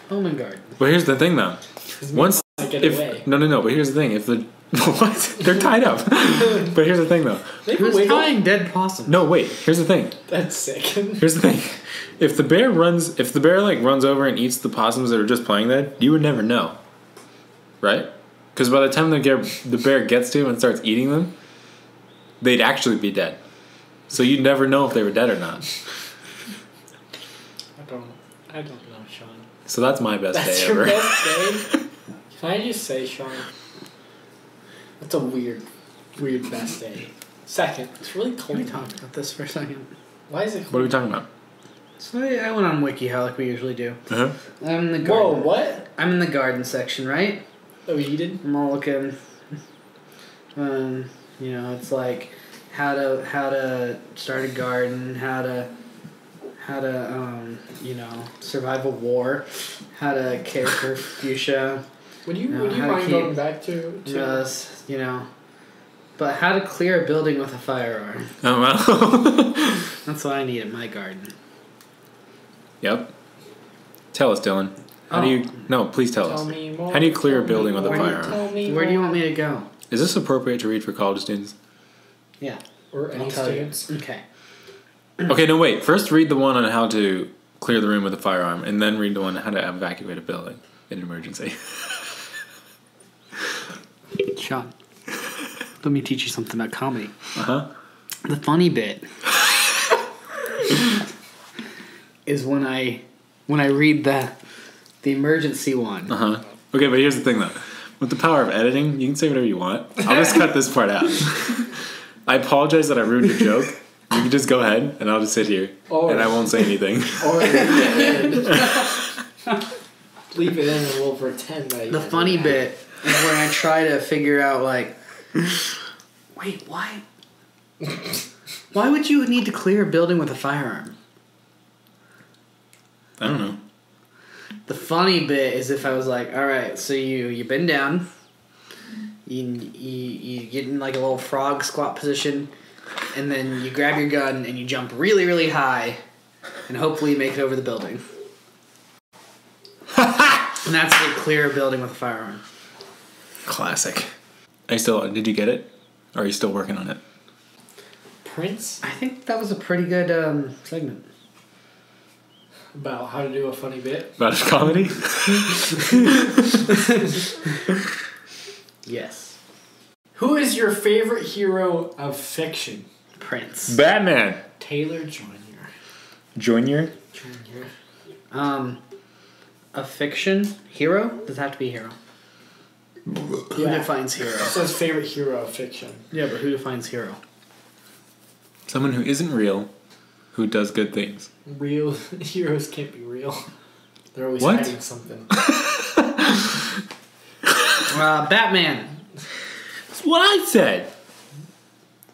Speaker 3: Home and garden.
Speaker 1: But here's the thing, though. Once
Speaker 2: to get
Speaker 1: if,
Speaker 2: away.
Speaker 1: No, no, no. But here's the thing: if the [LAUGHS] what they're tied up. [LAUGHS] but here's the thing, though.
Speaker 2: They
Speaker 3: He
Speaker 2: can
Speaker 3: was
Speaker 2: wiggle.
Speaker 3: tying dead possum.
Speaker 1: No, wait. Here's the thing.
Speaker 2: That's sick. [LAUGHS]
Speaker 1: Here's the thing. If the bear runs, if the bear like runs over and eats the possums that are just playing that, you would never know, right? Because by the time the bear, the bear gets to and starts eating them, they'd actually be dead. So you'd never know if they were dead or not.
Speaker 2: I don't. I don't know, Sean.
Speaker 1: So that's my best
Speaker 2: That's
Speaker 1: day
Speaker 2: your
Speaker 1: ever.
Speaker 2: best day. Can I just say, Sean? That's a weird, weird best day. Second, it's really
Speaker 3: Can we
Speaker 2: cold.
Speaker 3: talk about this for a second?
Speaker 2: Why is
Speaker 1: [LAUGHS]
Speaker 2: it
Speaker 1: What are
Speaker 2: cold?
Speaker 1: we talking about?
Speaker 3: So I, I went on WikiHow like we usually do.
Speaker 1: Uh-huh.
Speaker 3: I'm in the
Speaker 2: Whoa!
Speaker 3: garden.
Speaker 2: What?
Speaker 3: I'm in the garden section, right?
Speaker 2: Oh, you did?
Speaker 3: I'm all looking. Um, you know, it's like how to how to start a garden, how to how to um, you know survive a war, how to care
Speaker 2: [LAUGHS]
Speaker 3: for fuchsia,
Speaker 2: Would you?
Speaker 3: No,
Speaker 2: would you
Speaker 3: how to
Speaker 2: mind
Speaker 3: keep-
Speaker 2: going back to? to
Speaker 3: just you know, but how to clear a building with a firearm.
Speaker 1: Oh well. [LAUGHS]
Speaker 3: That's what I need in my garden.
Speaker 1: yep. Tell us, Dylan. How do
Speaker 3: Oh.
Speaker 1: you? No, please tell,
Speaker 2: Tell
Speaker 1: us.
Speaker 2: me more.
Speaker 1: How do you clear a
Speaker 2: tell me
Speaker 1: building with a
Speaker 2: more,
Speaker 1: firearm?
Speaker 2: Tell me
Speaker 3: Where do you
Speaker 2: more.
Speaker 3: want me to go?
Speaker 1: Is this appropriate to read for college students?
Speaker 3: Yeah.
Speaker 2: Or
Speaker 3: I'll
Speaker 2: any
Speaker 3: tell you.
Speaker 2: students?
Speaker 3: Okay.
Speaker 1: Okay, no, wait. First, read the one on how to clear the room with a firearm, and then read the one on how to evacuate a building in an emergency.
Speaker 3: Sean, let me teach you something about comedy.
Speaker 1: Uh huh.
Speaker 3: The funny bit is when I when I read the the emergency one.
Speaker 1: Uh huh. Okay, but here's the thing, though. With the power of editing, you can say whatever you want. I'll just cut this part [LAUGHS] out. I apologize that I ruined your joke. You can just go ahead, and I'll just sit here,
Speaker 2: Or-
Speaker 1: and I won't say anything.
Speaker 2: Or leave [LAUGHS] it in and we'll pretend that. you
Speaker 3: The
Speaker 2: didn't
Speaker 3: funny
Speaker 2: have it.
Speaker 3: bit is when I try to figure out like, wait, why? Why would you need to clear a building with a firearm?
Speaker 1: I don't know.
Speaker 3: The funny bit is if I was like, all right, so you you bend down, you you, you get in like a little frog squat position, and then you grab your gun and you jump really really high, and hopefully you make it over the [LAUGHS] building. and that's to clear a building with a firearm.
Speaker 1: Classic. I still. Did you get it? Or are you still working on it?
Speaker 2: Prince
Speaker 3: I think that was a pretty good um, segment.
Speaker 2: about how to do a funny bit.
Speaker 1: About his comedy?
Speaker 3: Yes,
Speaker 2: Who is your favorite hero of fiction?
Speaker 3: Prince.
Speaker 1: Batman.
Speaker 2: Taylor Jr.
Speaker 1: Junior.
Speaker 2: Jr.
Speaker 3: Um, a fiction hero does it have to be hero. Who
Speaker 2: Yeah.
Speaker 3: defines hero?
Speaker 2: It says favorite hero of fiction.
Speaker 3: Yeah, but who defines hero?
Speaker 1: Someone who isn't real, who does good things.
Speaker 2: Real [LAUGHS] heroes can't be real. They're always
Speaker 1: What?
Speaker 2: hiding something.
Speaker 3: Uh, Batman.
Speaker 1: That's what I said.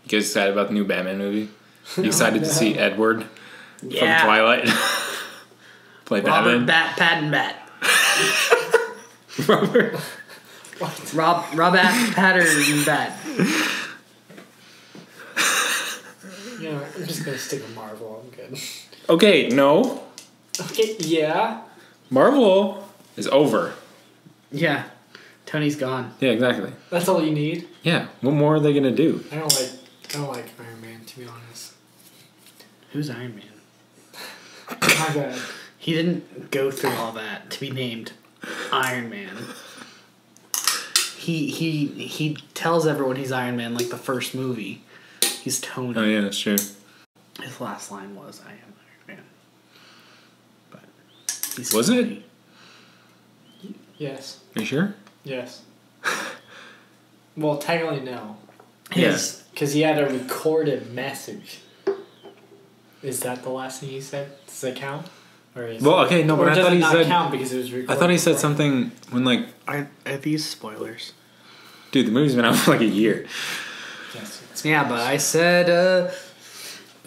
Speaker 1: You guys excited about the new Batman movie? You excited
Speaker 2: [LAUGHS]
Speaker 1: to see Edward from Twilight play Batman?
Speaker 3: Robert Bat Patton Bat.
Speaker 1: [LAUGHS] Robert.
Speaker 3: Rob Rob Bat Pattern Bat.
Speaker 2: You know, I'm just gonna stick with Marvel. I'm good. [LAUGHS]
Speaker 1: Okay, no.
Speaker 2: Okay, yeah.
Speaker 1: Marvel is over.
Speaker 3: Yeah. Tony's gone.
Speaker 1: Yeah, exactly.
Speaker 2: That's all you need.
Speaker 1: Yeah, what more are they gonna do?
Speaker 2: I don't like. I don't like Iron Man to be honest.
Speaker 3: Who's Iron Man?
Speaker 2: My bad.
Speaker 3: He didn't go through all that to be named Iron Man. He he he tells everyone he's Iron Man like the first movie. He's Tony.
Speaker 1: Oh yeah, that's true.
Speaker 3: His last line was I am Iron Man. But he's
Speaker 1: Was it?
Speaker 3: Tony.
Speaker 2: Yes.
Speaker 1: You sure?
Speaker 2: Yes. [LAUGHS] Well, technically no,
Speaker 1: Yes.
Speaker 2: because he had a recorded message. Is that the last thing he said? Does that count? Or is
Speaker 1: Well, okay, no,
Speaker 2: or
Speaker 1: but I
Speaker 2: does
Speaker 1: thought
Speaker 2: it
Speaker 1: he
Speaker 2: not
Speaker 1: said.
Speaker 2: count because it was
Speaker 1: I
Speaker 2: recorded?
Speaker 1: thought he said
Speaker 2: before?
Speaker 1: something when like,
Speaker 3: Are are these spoilers?
Speaker 1: dude, the movie's been out [LAUGHS] for like a year.
Speaker 2: Yes. it's-
Speaker 3: Yeah, but I said, uh,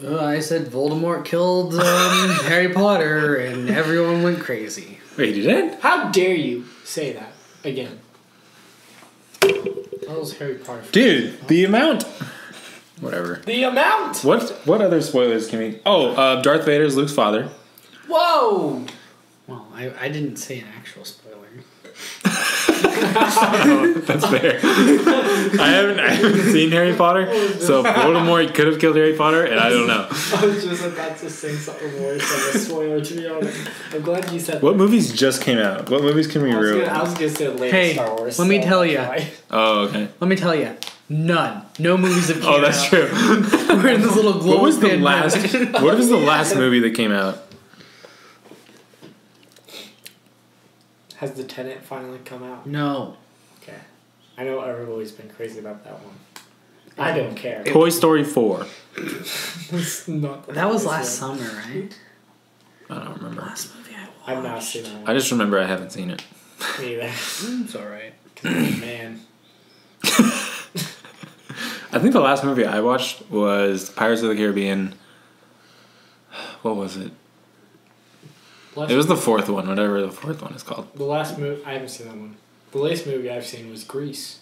Speaker 3: uh, I said Voldemort killed [LAUGHS] um, Harry Potter, and everyone went crazy.
Speaker 1: Wait, you did?
Speaker 2: How dare you say that again? That was Harry Potter.
Speaker 1: Dude, the amount. Whatever.
Speaker 2: The amount.
Speaker 1: What what other spoilers can we? Oh, uh, Darth Vader's Luke's father.
Speaker 2: Whoa.
Speaker 3: Well, I, I didn't say an actual spoiler.
Speaker 1: That's fair. [LAUGHS] I haven't I haven't seen Harry Potter, so Voldemort could have killed Harry Potter, and I don't know.
Speaker 2: I was just about to sing something worse than a spoiler, to be honest. I'm glad you said
Speaker 1: What movies just came out? What movies can we
Speaker 2: that. I was,
Speaker 1: ruin?
Speaker 2: gonna, I was gonna say later
Speaker 3: Hey,
Speaker 2: Star Wars.
Speaker 3: let me
Speaker 2: so
Speaker 3: tell
Speaker 2: that's
Speaker 3: ya.
Speaker 2: why.
Speaker 1: Oh, okay.
Speaker 3: Let me tell you, none. No movies [LAUGHS] have came
Speaker 1: Oh, that's
Speaker 3: out.
Speaker 1: true.
Speaker 3: We're in this little
Speaker 1: [LAUGHS]
Speaker 3: global
Speaker 1: What was the
Speaker 3: pandemic.
Speaker 1: last? [LAUGHS] What was the last movie that came out?
Speaker 2: Has the tenant finally come out?
Speaker 3: [LAUGHS] No.
Speaker 2: Okay. I know everybody's been crazy about that one. I don't care.
Speaker 1: Toy Story Four.
Speaker 2: It's [LAUGHS] not the
Speaker 3: That was
Speaker 2: biggest
Speaker 3: last
Speaker 2: one.
Speaker 3: summer, right?
Speaker 1: I don't remember.
Speaker 3: Last movie I watched.
Speaker 2: I've not seen that
Speaker 1: I just remember I haven't seen it. [LAUGHS]
Speaker 2: one either.
Speaker 3: Mm, It's alright.
Speaker 2: Man.
Speaker 1: I think the last movie I watched was Pirates of the Caribbean. What was it?
Speaker 2: Last
Speaker 1: It was the fourth one, whatever the fourth one is called.
Speaker 2: The last movie I haven't seen that one. The latest movie I've seen was Grease,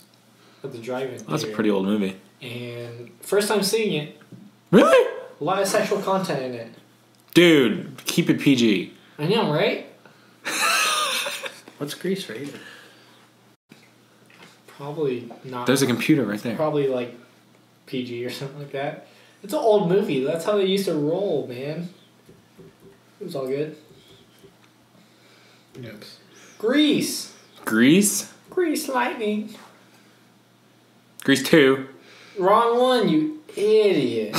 Speaker 2: at the drive-in.
Speaker 1: That's a
Speaker 2: theater.
Speaker 1: pretty old movie.
Speaker 2: And first time seeing it,
Speaker 1: Really?
Speaker 2: a lot of sexual content in it.
Speaker 1: Dude, keep it PG.
Speaker 2: I know, right?
Speaker 3: What's Grease rated?
Speaker 2: Probably not.
Speaker 1: There's a computer right there.
Speaker 2: probably like PG or [LAUGHS] something like that. It's an old movie. That's how they used to roll, man. It was all good.
Speaker 4: Yes.
Speaker 2: Grease,
Speaker 1: Grease?
Speaker 2: Grease lightning.
Speaker 1: Grease 2.
Speaker 2: Wrong one, you idiot.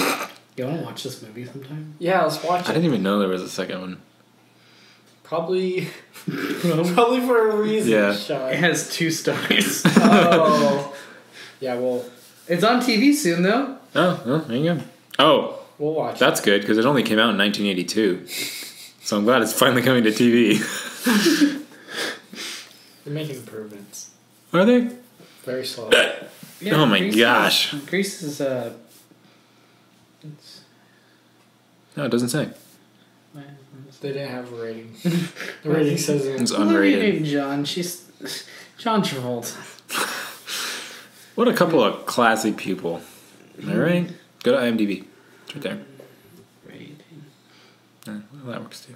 Speaker 3: You wanna watch this movie sometime?
Speaker 2: Yeah, let's watch
Speaker 1: I
Speaker 2: it.
Speaker 1: didn't even know there was a second one.
Speaker 2: Probably, probably for a reason.
Speaker 1: Yeah.
Speaker 3: [LAUGHS] It
Speaker 2: Sean.
Speaker 3: has two stars.
Speaker 2: Oh. Yeah, we'll
Speaker 3: it's on TV soon though.
Speaker 1: [LAUGHS] Oh, well, there you go. Oh,
Speaker 2: we'll watch.
Speaker 1: that's good because it only came out in 1982. So I'm glad it's finally coming to TV.
Speaker 2: it. They're making improvements.
Speaker 1: [LAUGHS] Are they? [LAUGHS]
Speaker 2: Very slow.
Speaker 3: Yeah,
Speaker 1: Oh my
Speaker 3: Grease
Speaker 1: gosh.
Speaker 3: Is, Grease is uh it's,
Speaker 1: No, it doesn't say.
Speaker 2: they didn't have
Speaker 1: [LAUGHS]
Speaker 2: a rating. The rating says
Speaker 1: It's
Speaker 2: it.
Speaker 1: unrated.
Speaker 3: Newton John. She's John Travolta.
Speaker 1: What a couple of classy people. Am I right? Go to IMDb. It's right there.
Speaker 3: Rated.
Speaker 1: Yeah, well, that works too.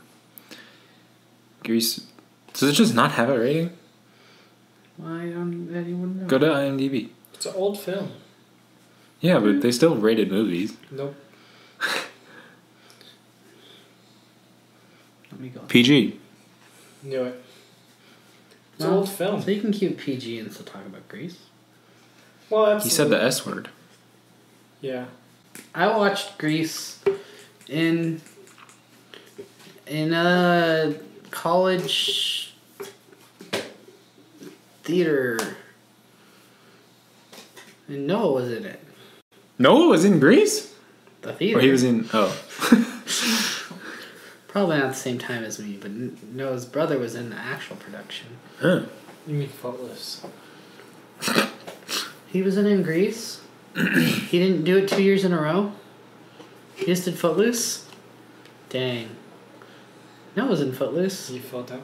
Speaker 1: Grease. Does it just not have a rating?
Speaker 3: Why don't anyone know?
Speaker 1: Go to IMDb.
Speaker 2: It's an old film.
Speaker 1: Yeah, but they still rated movies.
Speaker 2: Nope.
Speaker 3: Let me go.
Speaker 1: PG.
Speaker 2: Knew it. It's an
Speaker 3: Well,
Speaker 2: old film.
Speaker 3: So you can keep PG and still talk about Grease.
Speaker 2: Well,
Speaker 1: He
Speaker 2: absolutely.
Speaker 1: said the S word.
Speaker 2: Yeah.
Speaker 3: I watched Grease in in a college theater. And Noah was in it.
Speaker 1: Noah was in Greece?
Speaker 3: The theater.
Speaker 1: Or he was in. Oh.
Speaker 3: Probably not the same time as me, but N- Noah's brother was in the actual production.
Speaker 1: Huh.
Speaker 2: You mean faultless?
Speaker 3: He was in in Greece. [COUGHS] he didn't do it two years in a row. He just did Footloose. Dang. Noah was in Footloose.
Speaker 2: You felt that?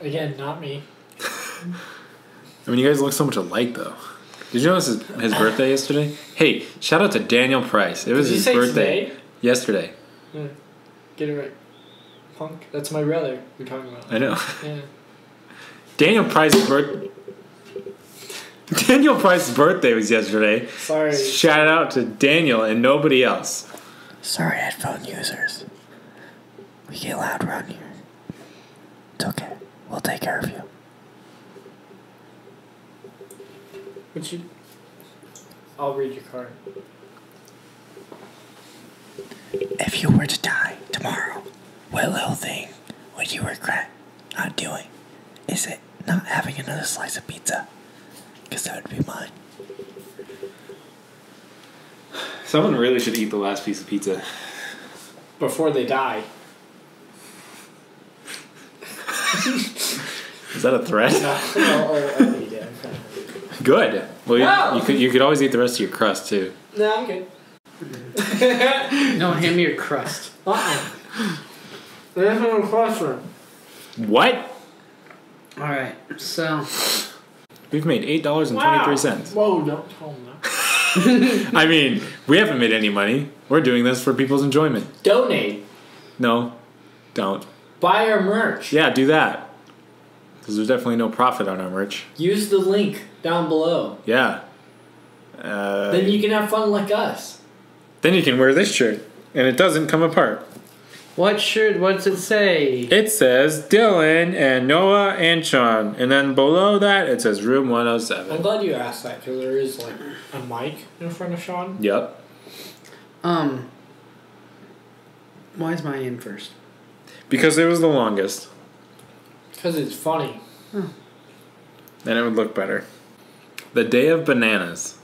Speaker 2: Again, not me.
Speaker 1: I mean, you guys look so much alike, though. Did you notice his, his birthday yesterday? Hey, shout out to Daniel Price. It was
Speaker 2: Did you
Speaker 1: his
Speaker 2: say
Speaker 1: birthday
Speaker 2: today?
Speaker 1: yesterday.
Speaker 2: Yeah. Get it right. Punk. That's my brother you're talking
Speaker 1: [LAUGHS]
Speaker 2: about.
Speaker 1: I know.
Speaker 2: Yeah.
Speaker 1: Daniel Price's birth. [LAUGHS] Daniel Price's birthday was yesterday.
Speaker 2: Sorry.
Speaker 1: Shout out to Daniel and nobody else.
Speaker 5: Sorry, headphone users. We get loud around here. It's okay. We'll take care of you.
Speaker 2: Would you? I'll read your card.
Speaker 5: If you were to die tomorrow, what little thing would you regret not doing? Is it not having another slice of pizza? Because that would be mine.
Speaker 1: Someone really should eat the last piece of pizza.
Speaker 2: Before they die.
Speaker 1: Is that a threat?
Speaker 2: [LAUGHS] No, oh, I'll, I'll, I'll read it.
Speaker 1: Good. Well, you,
Speaker 2: No.
Speaker 1: you could you could always eat the rest of your crust too.
Speaker 2: No, I'm good.
Speaker 3: No, hand me your crust.
Speaker 2: Uh-uh. There's no question.
Speaker 1: What?
Speaker 3: All right, so
Speaker 1: We've made eight dollars and twenty three cents.
Speaker 2: Whoa, don't tell him that.
Speaker 1: I mean, we haven't made any money. We're doing this for people's enjoyment.
Speaker 2: Donate.
Speaker 1: No, don't.
Speaker 2: Buy our merch.
Speaker 1: Yeah, do that. because there's definitely no profit on our merch.
Speaker 2: Use the link down below.
Speaker 1: Yeah. Uh,
Speaker 2: Then you can have fun like us.
Speaker 1: then you can wear this shirt, and it doesn't come apart.
Speaker 3: What shirt? What's it say?
Speaker 1: It says Dylan and Noah and Sean, and then below that it says Room
Speaker 2: I'm
Speaker 1: 107.
Speaker 2: glad you asked that because there is like a mic in front of Sean.
Speaker 1: Yep.
Speaker 3: Um. Why is mine in first?
Speaker 1: Because it was the longest,
Speaker 2: Because it's funny.
Speaker 1: and it would look better. The Day of Bananas.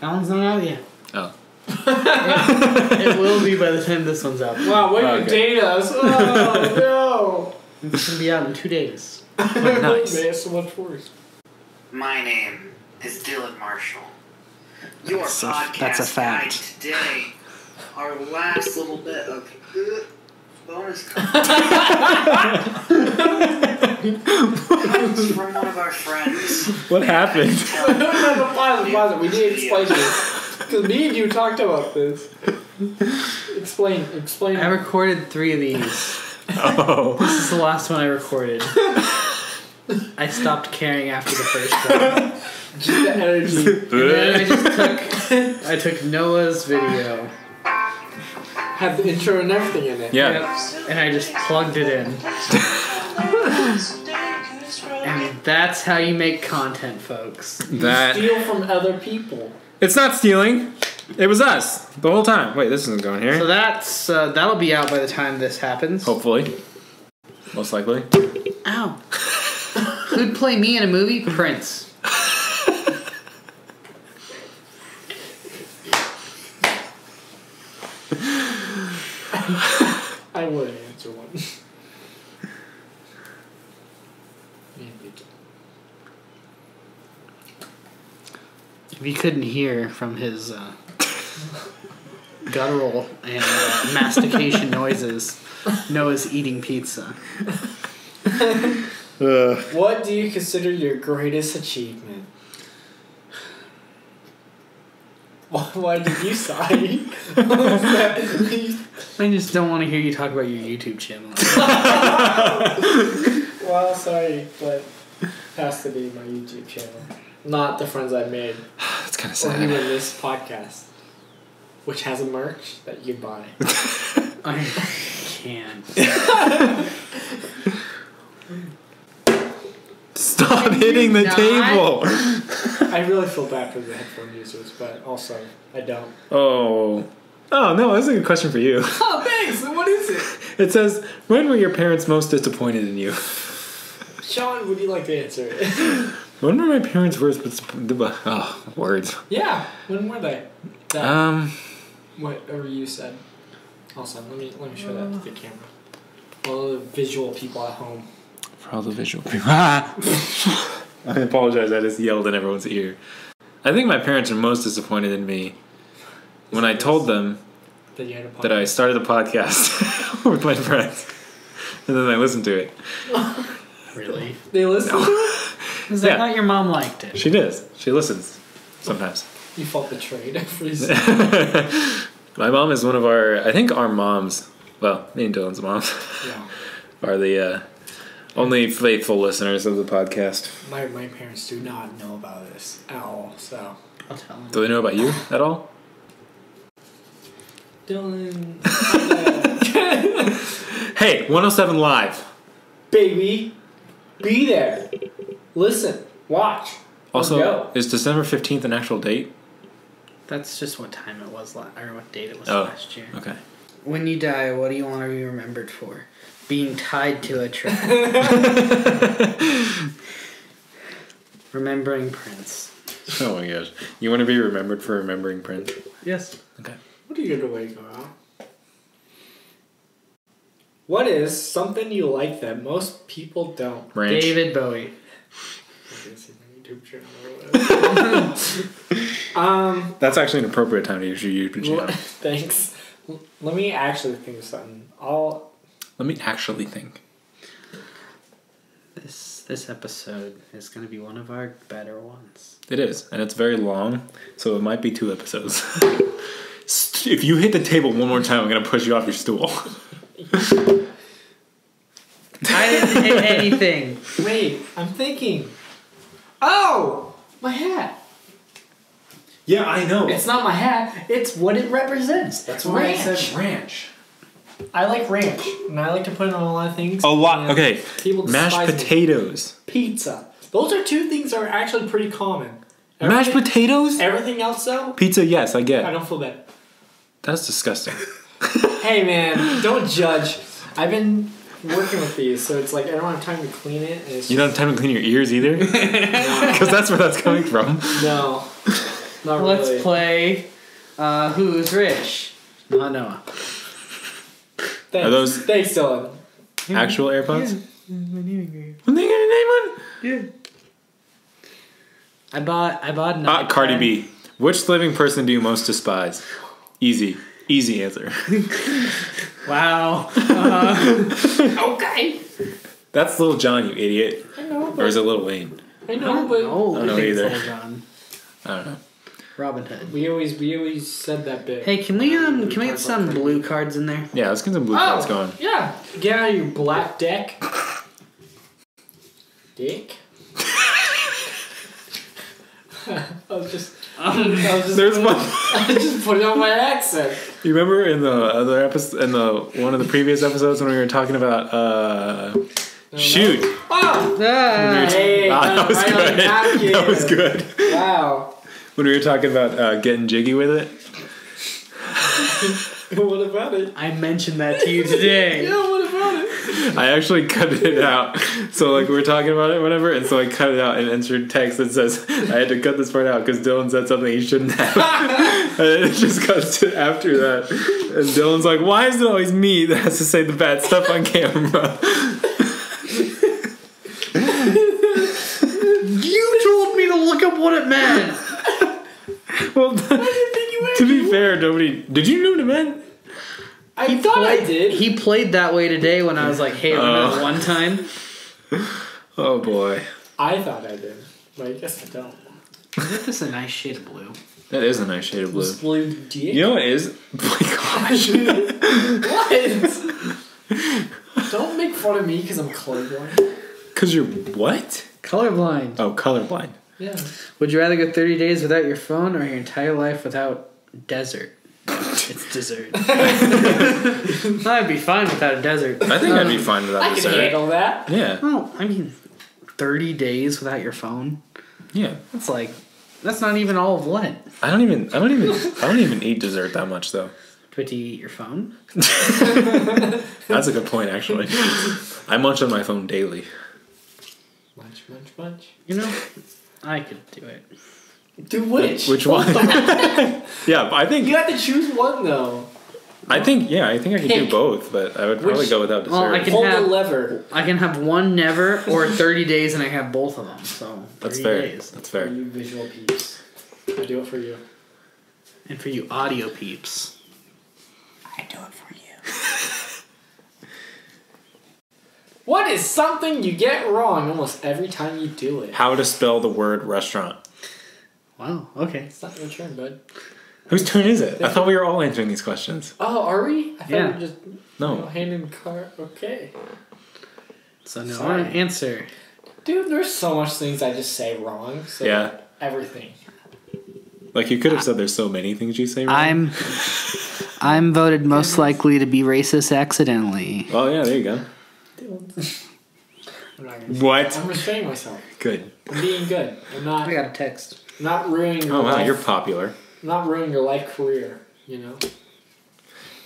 Speaker 3: That one's not out yet.
Speaker 1: Oh.
Speaker 3: [LAUGHS] it will be by the time this one's out.
Speaker 2: Wow, way
Speaker 1: Okay.
Speaker 2: to date us.
Speaker 1: [LAUGHS]
Speaker 2: Oh
Speaker 3: It's gonna be out in two days.
Speaker 2: no.
Speaker 1: Nice.
Speaker 2: Man, it's so much worse.
Speaker 6: My name is Dylan Marshall. Your
Speaker 3: That's a-
Speaker 6: podcast
Speaker 3: that's a fact.
Speaker 6: guide today. Our last little bit of uh, bonus content is from one of our friends.
Speaker 1: What happened?
Speaker 2: [LAUGHS] no, no, no, pause, pause it. We need to explain this. Because me and you talked about this. Explain, explain.
Speaker 3: I recorded three of these.
Speaker 1: oh.
Speaker 3: This is the last one I recorded. I stopped caring after the first one.
Speaker 2: the energy.
Speaker 3: And then I just took I took Noah's video.
Speaker 2: Had the intro and everything in it.
Speaker 1: yeah.
Speaker 3: Yep, And I just plugged it in. And that's how you make content, folks.
Speaker 1: That.
Speaker 2: Steal from other people.
Speaker 1: It's not stealing. It was us the whole time. Wait, this isn't going here.
Speaker 3: So that's uh, that'll be out by the time this happens.
Speaker 1: Hopefully. Most likely.
Speaker 3: Ow. Who'd play me in a movie? Prince.
Speaker 2: I would answer one. [LAUGHS] Indeed.
Speaker 3: If you couldn't hear from his uh, guttural and uh, mastication noises, Noah's eating pizza.
Speaker 2: What do you consider your greatest achievement? [LAUGHS] Why, why did you sigh? [LAUGHS] What was that?
Speaker 3: I just don't want to hear you talk about your YouTube channel.
Speaker 2: well, sorry, but has to be my YouTube channel, not the friends I made
Speaker 1: That's kind of
Speaker 2: or even
Speaker 1: sad.
Speaker 2: [LAUGHS] this podcast, which has a merch that you buy.
Speaker 3: I can't.
Speaker 1: Stop
Speaker 3: Can
Speaker 1: hitting
Speaker 3: [LAUGHS] you
Speaker 1: the
Speaker 3: not?
Speaker 1: table.
Speaker 2: I really feel bad for the headphone users, but also I don't.
Speaker 1: Oh. Oh, no, that's a good question for
Speaker 3: [LAUGHS]
Speaker 1: you.
Speaker 2: Oh, thanks. What is it?
Speaker 1: It says, When were your parents most disappointed in you?
Speaker 2: Sean, would you like to answer [LAUGHS] it?
Speaker 1: When were my parents worst? But oh, words.
Speaker 2: yeah. When were they? That,
Speaker 1: Um,
Speaker 2: whatever you said. Also, let me let me show that
Speaker 1: uh.
Speaker 2: to the camera. All the visual people at home.
Speaker 1: for all the [LAUGHS] visual people. I apologize. I just yelled in everyone's ear. I think my parents are most disappointed in me when I told them
Speaker 2: That you had a podcast.
Speaker 1: that I started a podcast [LAUGHS] with my friends, and then they listened to it.
Speaker 3: Really?
Speaker 2: They listen.
Speaker 3: Is that
Speaker 1: Yeah.
Speaker 3: not your mom liked it?
Speaker 1: She does. She listens sometimes. [LAUGHS]
Speaker 2: You felt betrayed. every s-
Speaker 1: my mom is one of our. I think our moms. Well, me and Dylan's moms
Speaker 2: [LAUGHS]
Speaker 1: [LAUGHS]
Speaker 2: yeah.
Speaker 1: are the uh, only faithful listeners of the podcast.
Speaker 2: My my parents do not know about this at all. So
Speaker 3: I'll tell him.
Speaker 1: Do they know about you at all?
Speaker 2: Dylan,
Speaker 1: Hey, 107 Live.
Speaker 2: baby, be there. Listen, watch. or
Speaker 1: Also,
Speaker 2: go.
Speaker 1: is December 15th an actual date?
Speaker 3: That's just what time it was last, or what date it was
Speaker 1: Oh.
Speaker 3: last year.
Speaker 1: Okay.
Speaker 3: When you die, what do you want to be remembered for? Being tied to a tree. Remembering Prince.
Speaker 1: Oh my gosh. You want to be remembered for remembering Prince?
Speaker 3: Yes.
Speaker 1: Okay.
Speaker 2: what are you gonna wake up? What is something you like that most people don't?
Speaker 1: Ranch.
Speaker 3: David Bowie.
Speaker 2: um.
Speaker 1: That's actually an appropriate time to use your YouTube
Speaker 2: Well,
Speaker 1: channel.
Speaker 2: [LAUGHS] Thanks. L- Let me actually think of something. I'll.
Speaker 1: Let me actually think.
Speaker 3: This this episode is gonna be one of our better ones.
Speaker 1: It is, and it's very long, so it might be two episodes. [LAUGHS] St- [LAUGHS] if you hit the table one more time, I'm going to push you off your stool.
Speaker 3: I didn't [LAUGHS] hit anything.
Speaker 2: Wait, I'm thinking. Oh! My hat!
Speaker 1: Yeah, I know.
Speaker 2: It's not my hat, it's what it represents. That's
Speaker 1: why
Speaker 2: ranch.
Speaker 1: I said ranch.
Speaker 2: I like ranch, and I like to put it on a lot of things.
Speaker 1: A lot.
Speaker 2: and
Speaker 1: Okay.
Speaker 2: People despise
Speaker 1: Mashed
Speaker 2: me.
Speaker 1: potatoes.
Speaker 2: Pizza. Those are two things that are actually pretty common.
Speaker 1: Mashed
Speaker 2: Everything-
Speaker 1: potatoes?
Speaker 2: Everything else, though,
Speaker 1: Pizza, yes, I
Speaker 2: I
Speaker 1: get.
Speaker 2: don't feel bad.
Speaker 1: That's disgusting.
Speaker 2: Hey, man, don't judge. I've been working with these, so it's like I don't have time to clean it. And it's
Speaker 1: You don't have time to clean your ears [LAUGHS] either? Because that's where that's coming from.
Speaker 2: just, no, not really.
Speaker 3: Let's play uh, Who's Rich? Not Noah.
Speaker 2: Thanks.
Speaker 1: Are those-
Speaker 2: Thanks, Dylan.
Speaker 1: Actual AirPods? When they gonna name one?
Speaker 3: I bought I bought an
Speaker 1: Ah,
Speaker 3: iPad.
Speaker 1: Cardi B. Which living person do you most despise? Easy. Easy answer.
Speaker 3: Wow.
Speaker 2: Okay.
Speaker 1: That's Lil John, you idiot.
Speaker 2: I know,
Speaker 1: Or
Speaker 2: but,
Speaker 1: is it Lil Wayne?
Speaker 2: I know, but
Speaker 3: Oh,
Speaker 1: don't know either.
Speaker 3: John.
Speaker 1: I don't know.
Speaker 3: Robin Hood.
Speaker 2: we always we always said that bit.
Speaker 3: Hey, can we um can we get some blue cards in there?
Speaker 1: Yeah, let's get some blue
Speaker 2: oh,
Speaker 1: cards going.
Speaker 2: yeah. Get out of your black deck. Dick. [LAUGHS] I was just, I was just,
Speaker 1: There's one. [LAUGHS]
Speaker 2: I just put it on my accent.
Speaker 1: You remember in the other episode, in the one of the previous episodes when we were talking about uh, shoot. [LAUGHS]
Speaker 2: Oh,
Speaker 3: Ah,
Speaker 2: hey,
Speaker 1: Ah,
Speaker 2: got it right on the
Speaker 1: [LAUGHS]
Speaker 2: napkin.
Speaker 1: that was good.
Speaker 2: Wow.
Speaker 1: When we were talking about uh, getting jiggy with it,
Speaker 2: [LAUGHS] What about it?
Speaker 3: I mentioned that to you today.
Speaker 2: Yeah, what about it?
Speaker 1: I actually [LAUGHS] cut it out. So like we were talking about it, whatever, and so I cut it out and entered text that says I had to cut this part out because Dylan said something he shouldn't have. [LAUGHS] and it just cuts to after that, and Dylan's like, "Why is it always me that has to say the bad stuff on camera?"
Speaker 3: [LAUGHS]
Speaker 1: [LAUGHS]
Speaker 3: You told me to look up what it [LAUGHS] meant.
Speaker 1: well, to be fair, nobody. Did you know what it meant?
Speaker 2: I thought I did.
Speaker 3: He played that way today when I was like, "Hey, remember
Speaker 1: Oh.
Speaker 3: that one time?"
Speaker 1: Oh boy,
Speaker 2: I thought I did, but I guess I don't.
Speaker 3: Isn't this a nice shade of blue?
Speaker 1: that is a nice shade of blue.
Speaker 2: Just blue dick.
Speaker 1: You know what it is? [LAUGHS] Oh my gosh.
Speaker 2: [LAUGHS]
Speaker 1: [LAUGHS]
Speaker 2: What? don't make fun of me because I'm
Speaker 1: [LAUGHS]
Speaker 2: colorblind.
Speaker 1: Because you're what?
Speaker 3: Colorblind.
Speaker 1: Oh, colorblind.
Speaker 2: Yeah.
Speaker 3: Would you rather go 30 days without your phone or your entire life without desert? it's dessert. I'd be fine without a desert.
Speaker 1: I think I'd be fine without
Speaker 2: I
Speaker 1: this.
Speaker 2: can handle that.
Speaker 1: Yeah,
Speaker 3: Well, I mean, 30 days without your phone?
Speaker 1: yeah.
Speaker 3: That's like, that's not even all of Lent.
Speaker 1: I don't even. I don't even. I don't even eat dessert that much though.
Speaker 3: But do you eat your phone?
Speaker 1: That's a good point, actually. I munch on my phone daily.
Speaker 2: Munch, munch, munch.
Speaker 3: You know, I could do it.
Speaker 2: Do which?
Speaker 1: Which one? [LAUGHS] yeah, I think.
Speaker 2: You have to choose one though.
Speaker 1: I think. Yeah, I think I could do
Speaker 2: Pick.
Speaker 1: both, but I would probably
Speaker 2: Which-
Speaker 1: go without dessert.
Speaker 3: Well, I can
Speaker 2: Hold
Speaker 3: have-
Speaker 2: the lever.
Speaker 3: I can have one never or 30 days and I have both of them. So, 30
Speaker 1: That's fair.
Speaker 3: days.
Speaker 1: That's
Speaker 2: For
Speaker 1: fair.
Speaker 2: you visual peeps. I do it for you.
Speaker 3: And for you audio peeps,
Speaker 5: I do it for you.
Speaker 2: What is something you get wrong almost every time you do it?
Speaker 1: How to spell the word restaurant?
Speaker 3: wow, okay.
Speaker 2: It's not your turn, bud.
Speaker 1: Whose turn is it? I thought we were all answering these questions.
Speaker 2: Oh, are we? I thought we
Speaker 3: Yeah.
Speaker 2: were just oh,
Speaker 1: No.
Speaker 2: handing the car. Okay.
Speaker 3: So, no
Speaker 2: Sorry.
Speaker 3: answer.
Speaker 2: Dude, there's so much things I just say wrong. So
Speaker 1: Yeah.
Speaker 2: Everything.
Speaker 1: Like you could have said, there's so many things you say wrong.
Speaker 3: I'm I'm voted most likely to be racist accidentally.
Speaker 1: Oh yeah, there you go.
Speaker 2: I'm not gonna.
Speaker 1: What?
Speaker 2: I'm restraining myself.
Speaker 1: Good.
Speaker 2: I'm being good. I'm not
Speaker 3: I got a text.
Speaker 2: not ruining. Your
Speaker 1: Oh wow,
Speaker 2: life.
Speaker 1: you're popular.
Speaker 2: not ruining your life career. You know.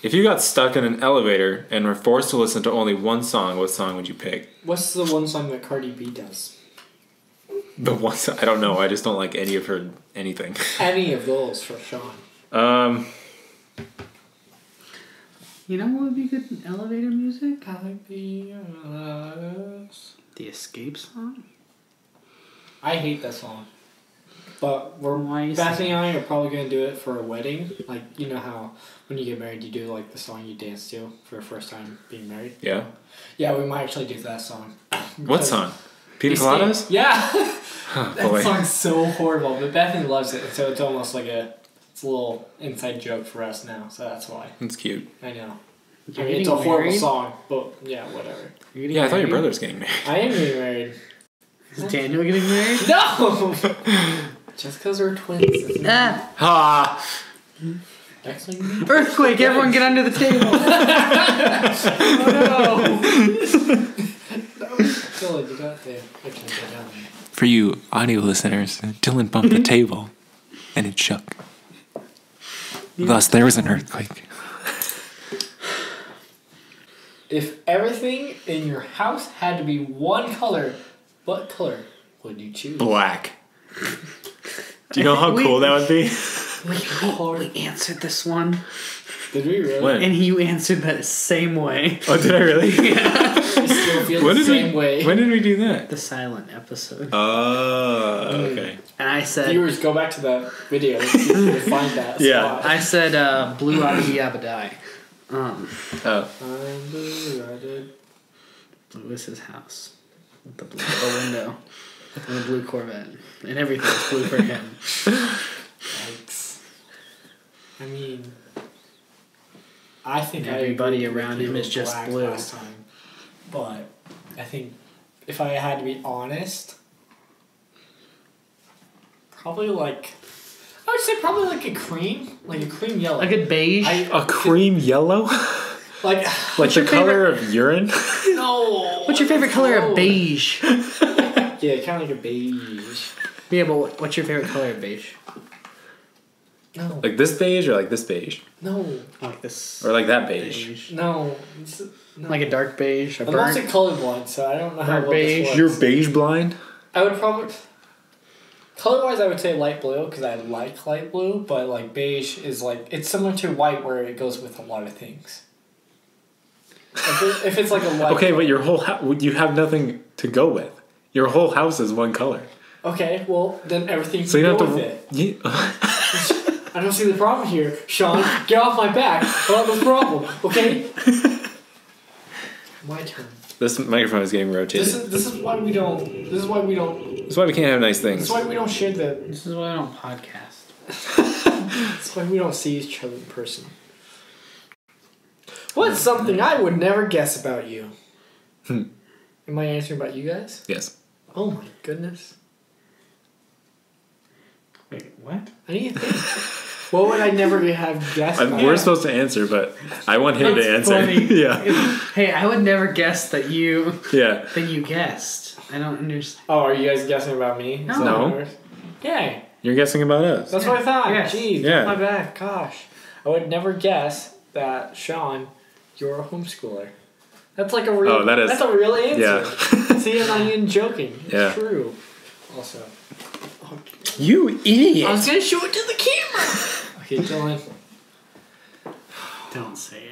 Speaker 1: If you got stuck in an elevator and were forced to listen to only one song, what song would you pick?
Speaker 2: What's the one song that Cardi B does?
Speaker 1: The one song, I don't know. I just don't like any of her anything.
Speaker 2: Any of those for Sean.
Speaker 1: Um,
Speaker 3: You know what would be good in elevator music?
Speaker 2: I be honest.
Speaker 3: The escape song?
Speaker 2: I hate that song. But we're
Speaker 3: Why you
Speaker 2: Bethany
Speaker 3: sing
Speaker 2: and I are probably gonna do it for a wedding. Like you know how when you get married you do like the song you dance to for your first time being married.
Speaker 1: yeah.
Speaker 2: Yeah, we might actually do that song.
Speaker 1: What
Speaker 2: Because-
Speaker 1: song? Pina
Speaker 2: Escape-
Speaker 1: Coladas.
Speaker 2: Yeah.
Speaker 1: Oh,
Speaker 2: That
Speaker 1: boy.
Speaker 2: [LAUGHS] song's so horrible, but Bethany loves it, so it's almost like a it's a little inside joke for us now, so that's why.
Speaker 1: That's cute.
Speaker 2: I know. I
Speaker 3: You're
Speaker 2: mean, it's a
Speaker 3: getting
Speaker 2: horrible
Speaker 3: married?
Speaker 2: song, but yeah, whatever.
Speaker 3: You're getting
Speaker 1: Yeah, I thought your
Speaker 3: married?
Speaker 1: brother was getting married. [LAUGHS]
Speaker 2: I am getting married.
Speaker 3: Is Daniel getting
Speaker 2: [LAUGHS]
Speaker 3: married?
Speaker 2: No! Just because we're twins doesn't mean
Speaker 3: ah!
Speaker 1: Ha!
Speaker 2: that's like me.
Speaker 3: Earthquake! Everyone get under the
Speaker 2: [LAUGHS]
Speaker 3: table!
Speaker 2: Dylan, you got there. I can't get down there.
Speaker 5: For you audio listeners, Dylan bumped the table and it shook. Thus, there was an earthquake.
Speaker 2: If everything in your house had to be one color, what color would you choose?
Speaker 1: Black. Do you know how
Speaker 3: We-
Speaker 1: cool that would be?
Speaker 2: Hard.
Speaker 3: we answered this one, [LAUGHS]
Speaker 2: Did we really
Speaker 1: When?
Speaker 3: and you answered that the same way.
Speaker 1: [LAUGHS] Oh, did I really?
Speaker 2: still feel
Speaker 1: When
Speaker 2: the
Speaker 1: did
Speaker 2: same
Speaker 1: we?
Speaker 2: way?
Speaker 1: When did we do that?
Speaker 3: The silent episode.
Speaker 1: Oh, okay.
Speaker 3: And I said,
Speaker 2: Viewers, go back to the video and see if you can find that
Speaker 1: Yeah.
Speaker 2: spot.
Speaker 3: I said, uh, blue abba yabba die. Um,
Speaker 1: Oh,
Speaker 2: I'm blue, I did.
Speaker 3: Lewis's house. With the blue the window. And the blue Corvette. And everything's blue for him.
Speaker 2: Yikes. I mean, I think
Speaker 3: And
Speaker 2: I
Speaker 3: everybody
Speaker 2: agreed with
Speaker 3: around
Speaker 2: you
Speaker 3: him is
Speaker 2: with
Speaker 3: just
Speaker 2: black
Speaker 3: blue.
Speaker 2: Last time. But I think if I had to be honest, probably like I would say probably like a cream, like a cream yellow.
Speaker 3: Like a beige.
Speaker 2: I-
Speaker 1: a cream yellow, [LAUGHS]
Speaker 2: like [LAUGHS]
Speaker 1: like the
Speaker 3: your
Speaker 1: color of urine.
Speaker 2: no.
Speaker 3: what's your favorite color
Speaker 2: no.
Speaker 3: of beige?
Speaker 2: Yeah, kind of like a beige.
Speaker 3: yeah, but what- what's your favorite color of beige?
Speaker 2: No,
Speaker 1: Like this beige or like this beige
Speaker 2: no,
Speaker 3: Like this.
Speaker 1: or like that beige.
Speaker 3: beige.
Speaker 2: no. It's, no.
Speaker 3: Like a dark beige. A
Speaker 2: I'm also
Speaker 3: burnt.
Speaker 2: colorblind, so I don't know how
Speaker 3: burnt
Speaker 2: well this
Speaker 3: beige.
Speaker 2: works.
Speaker 1: You're beige blind.
Speaker 2: I would probably color wise I would say light blue because I like light blue, but like beige is like it's similar to white where it goes with a lot of things. If, it- if it's like a light
Speaker 1: Okay, but your whole house, you have nothing to go with. Your whole house is one color,
Speaker 2: okay, well then everything
Speaker 1: so you
Speaker 2: can
Speaker 1: don't
Speaker 2: go
Speaker 1: have
Speaker 2: with
Speaker 1: to.
Speaker 2: it.
Speaker 1: You,
Speaker 2: I don't see the problem here, Sean. Get off my back. I don't have a problem. Okay. My turn.
Speaker 1: [LAUGHS] this microphone is getting rotated.
Speaker 2: This is this is why we don't. This is why we don't.
Speaker 1: That's why we can't have nice
Speaker 2: This
Speaker 1: things.
Speaker 2: is why we don't share the.
Speaker 3: This is why I
Speaker 2: [LAUGHS]
Speaker 3: don't podcast.
Speaker 2: This is why we don't see each other in person. What's something I would never guess about you?
Speaker 1: Hmm.
Speaker 2: Am I answering about you guys?
Speaker 1: Yes.
Speaker 2: Oh my goodness.
Speaker 3: Wait, what?
Speaker 2: I need to
Speaker 1: [LAUGHS]
Speaker 2: think. what would I never have guessed?
Speaker 1: I-
Speaker 2: about?
Speaker 1: We're supposed to answer, but I want him
Speaker 3: That's
Speaker 1: to answer. [LAUGHS]
Speaker 3: funny.
Speaker 1: yeah,
Speaker 3: Hey, I would never guess that you
Speaker 1: yeah.
Speaker 3: that you guessed. I don't understand.
Speaker 2: Oh, are you guys guessing about me? Is that
Speaker 1: No.
Speaker 2: what it is? Yay.
Speaker 1: You're guessing about us.
Speaker 2: That's what I thought.
Speaker 3: Yes.
Speaker 2: Jeez,
Speaker 1: Yeah.
Speaker 2: yeah. my bad. Gosh. I would never guess that Sean, you're a homeschooler. That's like a real
Speaker 1: Oh, that is-
Speaker 2: that's a real
Speaker 1: Yeah.
Speaker 2: [LAUGHS]
Speaker 1: [LAUGHS]
Speaker 2: answer. See, I'm not even joking. It's
Speaker 1: Yeah.
Speaker 2: true. Also.
Speaker 1: You idiot.
Speaker 2: was gonna show it to the camera. okay, Dylan.
Speaker 3: Don't say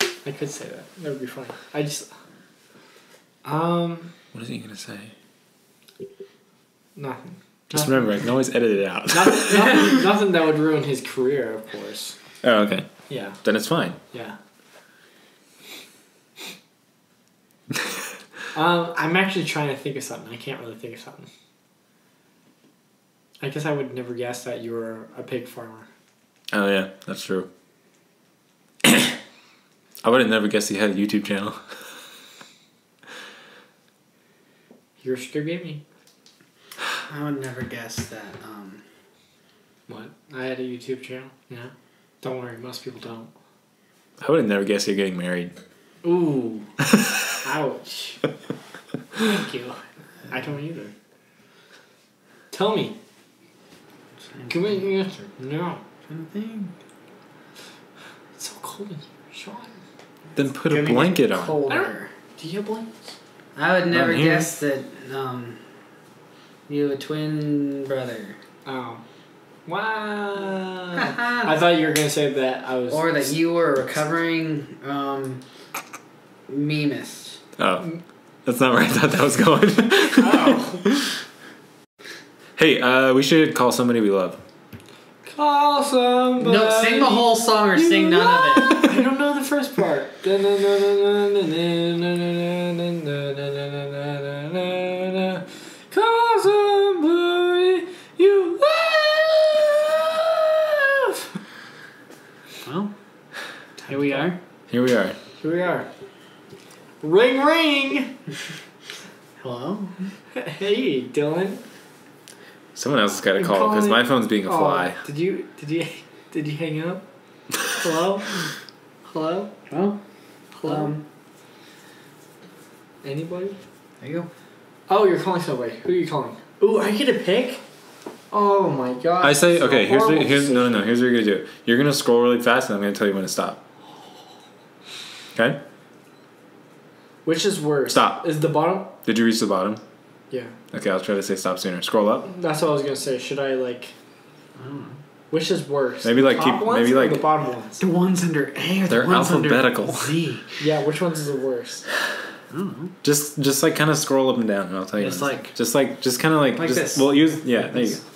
Speaker 3: it.
Speaker 2: I could say that. That would be funny. I just Um
Speaker 1: What is he gonna say?
Speaker 2: nothing.
Speaker 1: Just remember, I can always edit it out.
Speaker 2: Nothing, [LAUGHS] nothing, nothing that would ruin his career, of course.
Speaker 1: [LAUGHS] Oh, okay.
Speaker 2: Yeah,
Speaker 1: Then it's fine.
Speaker 2: yeah. um, I'm actually trying to think of something. I can't really think of something. I guess I would never guess that you were a pig farmer.
Speaker 1: Oh yeah, that's true. [COUGHS] I would have never guessed he had a YouTube channel.
Speaker 2: You're sure gave me
Speaker 3: I would never guess that. Um,
Speaker 2: what? I had a YouTube channel. Yeah. Don't worry, most people don't.
Speaker 1: I would have never guessed you're getting married.
Speaker 2: Ooh. [LAUGHS] Ouch. Thank you. I don't either. Tell me. Give me an answer. No.
Speaker 3: kind of thing.
Speaker 2: It's so cold in here. Sean.
Speaker 1: Then put
Speaker 3: Give
Speaker 1: a
Speaker 3: me
Speaker 1: blanket on.
Speaker 3: Colder.
Speaker 2: Do you have blankets?
Speaker 3: I would never
Speaker 1: Not here.
Speaker 3: guess that. Um, you have a twin brother,
Speaker 2: Oh.
Speaker 3: [LAUGHS]
Speaker 2: Wow. I thought you were going to say that I was.
Speaker 3: or that you were a recovering um, memist.
Speaker 1: Oh, that's not where I thought that was [LAUGHS] going.
Speaker 2: Oh.
Speaker 1: hey, uh, we should call somebody we love.
Speaker 2: Call somebody.
Speaker 3: No, sing the whole song or sing none of
Speaker 2: [LAUGHS]
Speaker 3: it.
Speaker 2: I don't know the first part. [LAUGHS] Call somebody you love.
Speaker 3: [SIGHS] Well, here we are.
Speaker 1: Here we are.
Speaker 2: Here we are. Ring, ring. Hello. Hey, Dylan.
Speaker 1: Someone else has got to
Speaker 2: I'm
Speaker 1: call because
Speaker 2: calling-
Speaker 1: my phone's being a
Speaker 2: Aw,
Speaker 1: fly.
Speaker 2: did you did you did you hang up? Hello. Hello.
Speaker 3: Well,
Speaker 2: Hello.
Speaker 3: Um,
Speaker 2: Anybody?
Speaker 3: there you go.
Speaker 2: Oh, you're calling somebody. Who are you calling? Ooh, I get a pick. Oh my god.
Speaker 1: I say,
Speaker 2: this is
Speaker 1: okay,
Speaker 2: a
Speaker 1: here's the,
Speaker 2: horrible
Speaker 1: here's no, no, no. Here's what you're gonna do. You're gonna scroll really fast, and I'm gonna tell you when to stop. Okay.
Speaker 2: Which is worse?
Speaker 1: Stop.
Speaker 2: Is the bottom?
Speaker 1: Did you reach the bottom?
Speaker 2: Yeah.
Speaker 1: Okay, I'll try to say stop sooner. Scroll up.
Speaker 2: That's what I was gonna say. Should I like? Which is worse?
Speaker 1: Maybe,
Speaker 2: the
Speaker 1: like,
Speaker 2: top
Speaker 1: keep-
Speaker 2: ones
Speaker 1: maybe,
Speaker 2: or
Speaker 1: like-
Speaker 2: the bottom ones.
Speaker 3: The ones under A or the
Speaker 1: They're
Speaker 3: ones under
Speaker 1: alphabetical.
Speaker 3: [LAUGHS] Z.
Speaker 2: Yeah, which ones is the worst?
Speaker 1: Just, just like kind of scroll up and down, and I'll tell you.
Speaker 3: Just
Speaker 1: when to-
Speaker 3: like-
Speaker 1: just like, just kind of like,
Speaker 3: Like
Speaker 1: just,
Speaker 3: this.
Speaker 1: Well, use yeah. there you
Speaker 3: this.
Speaker 1: go.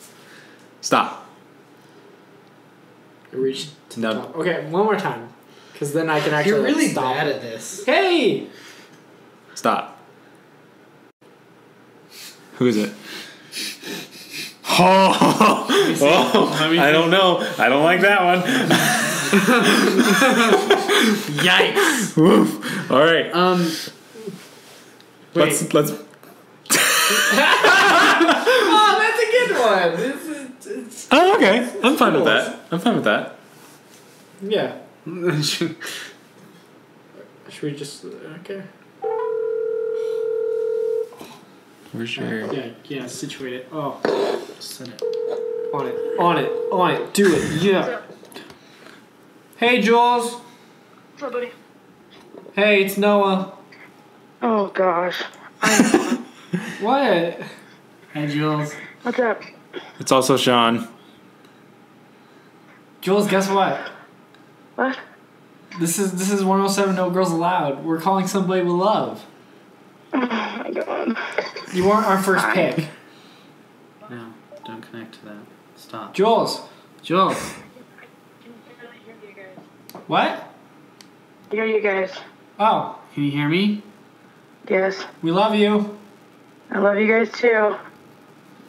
Speaker 1: Stop.
Speaker 2: I reached to
Speaker 1: No.
Speaker 2: the top. Okay, one more time, because then I can actually
Speaker 3: You're
Speaker 2: like,
Speaker 3: really
Speaker 2: stop.
Speaker 3: bad at this.
Speaker 2: Hey,
Speaker 1: Stop. Who is it? [LAUGHS] Oh, oh, I don't know. I don't like that one.
Speaker 3: Yikes.
Speaker 1: Woof. All right.
Speaker 3: Um,
Speaker 1: Let's let's
Speaker 2: [LAUGHS] Oh, that's a good one. This is, it's,
Speaker 1: Oh, okay. I'm fine with that. I'm fine with that.
Speaker 2: yeah.
Speaker 3: wait.
Speaker 2: Should we just okay?
Speaker 1: Where's your
Speaker 2: Yeah, yeah. Situate it. Oh, send it. On it. On it. On it. Do it. Yeah. Hey, Jules.
Speaker 7: Somebody.
Speaker 2: Hey, it's Noah.
Speaker 7: Oh gosh.
Speaker 2: What?
Speaker 4: Hey, Jules.
Speaker 7: What's up?
Speaker 1: It's also Sean.
Speaker 2: Jules, guess what?
Speaker 7: What?
Speaker 2: This is this is 107 No Girls Allowed. We're calling somebody we love.
Speaker 7: Oh my god.
Speaker 2: You weren't our first pick.
Speaker 4: No, don't connect to that. Stop.
Speaker 2: Jules,
Speaker 3: Joel.
Speaker 7: Can barely hear you guys.
Speaker 2: what?
Speaker 7: Hear you guys.
Speaker 2: Oh,
Speaker 4: Can you hear me?
Speaker 7: Yes.
Speaker 2: we love you.
Speaker 7: I love you guys too. Do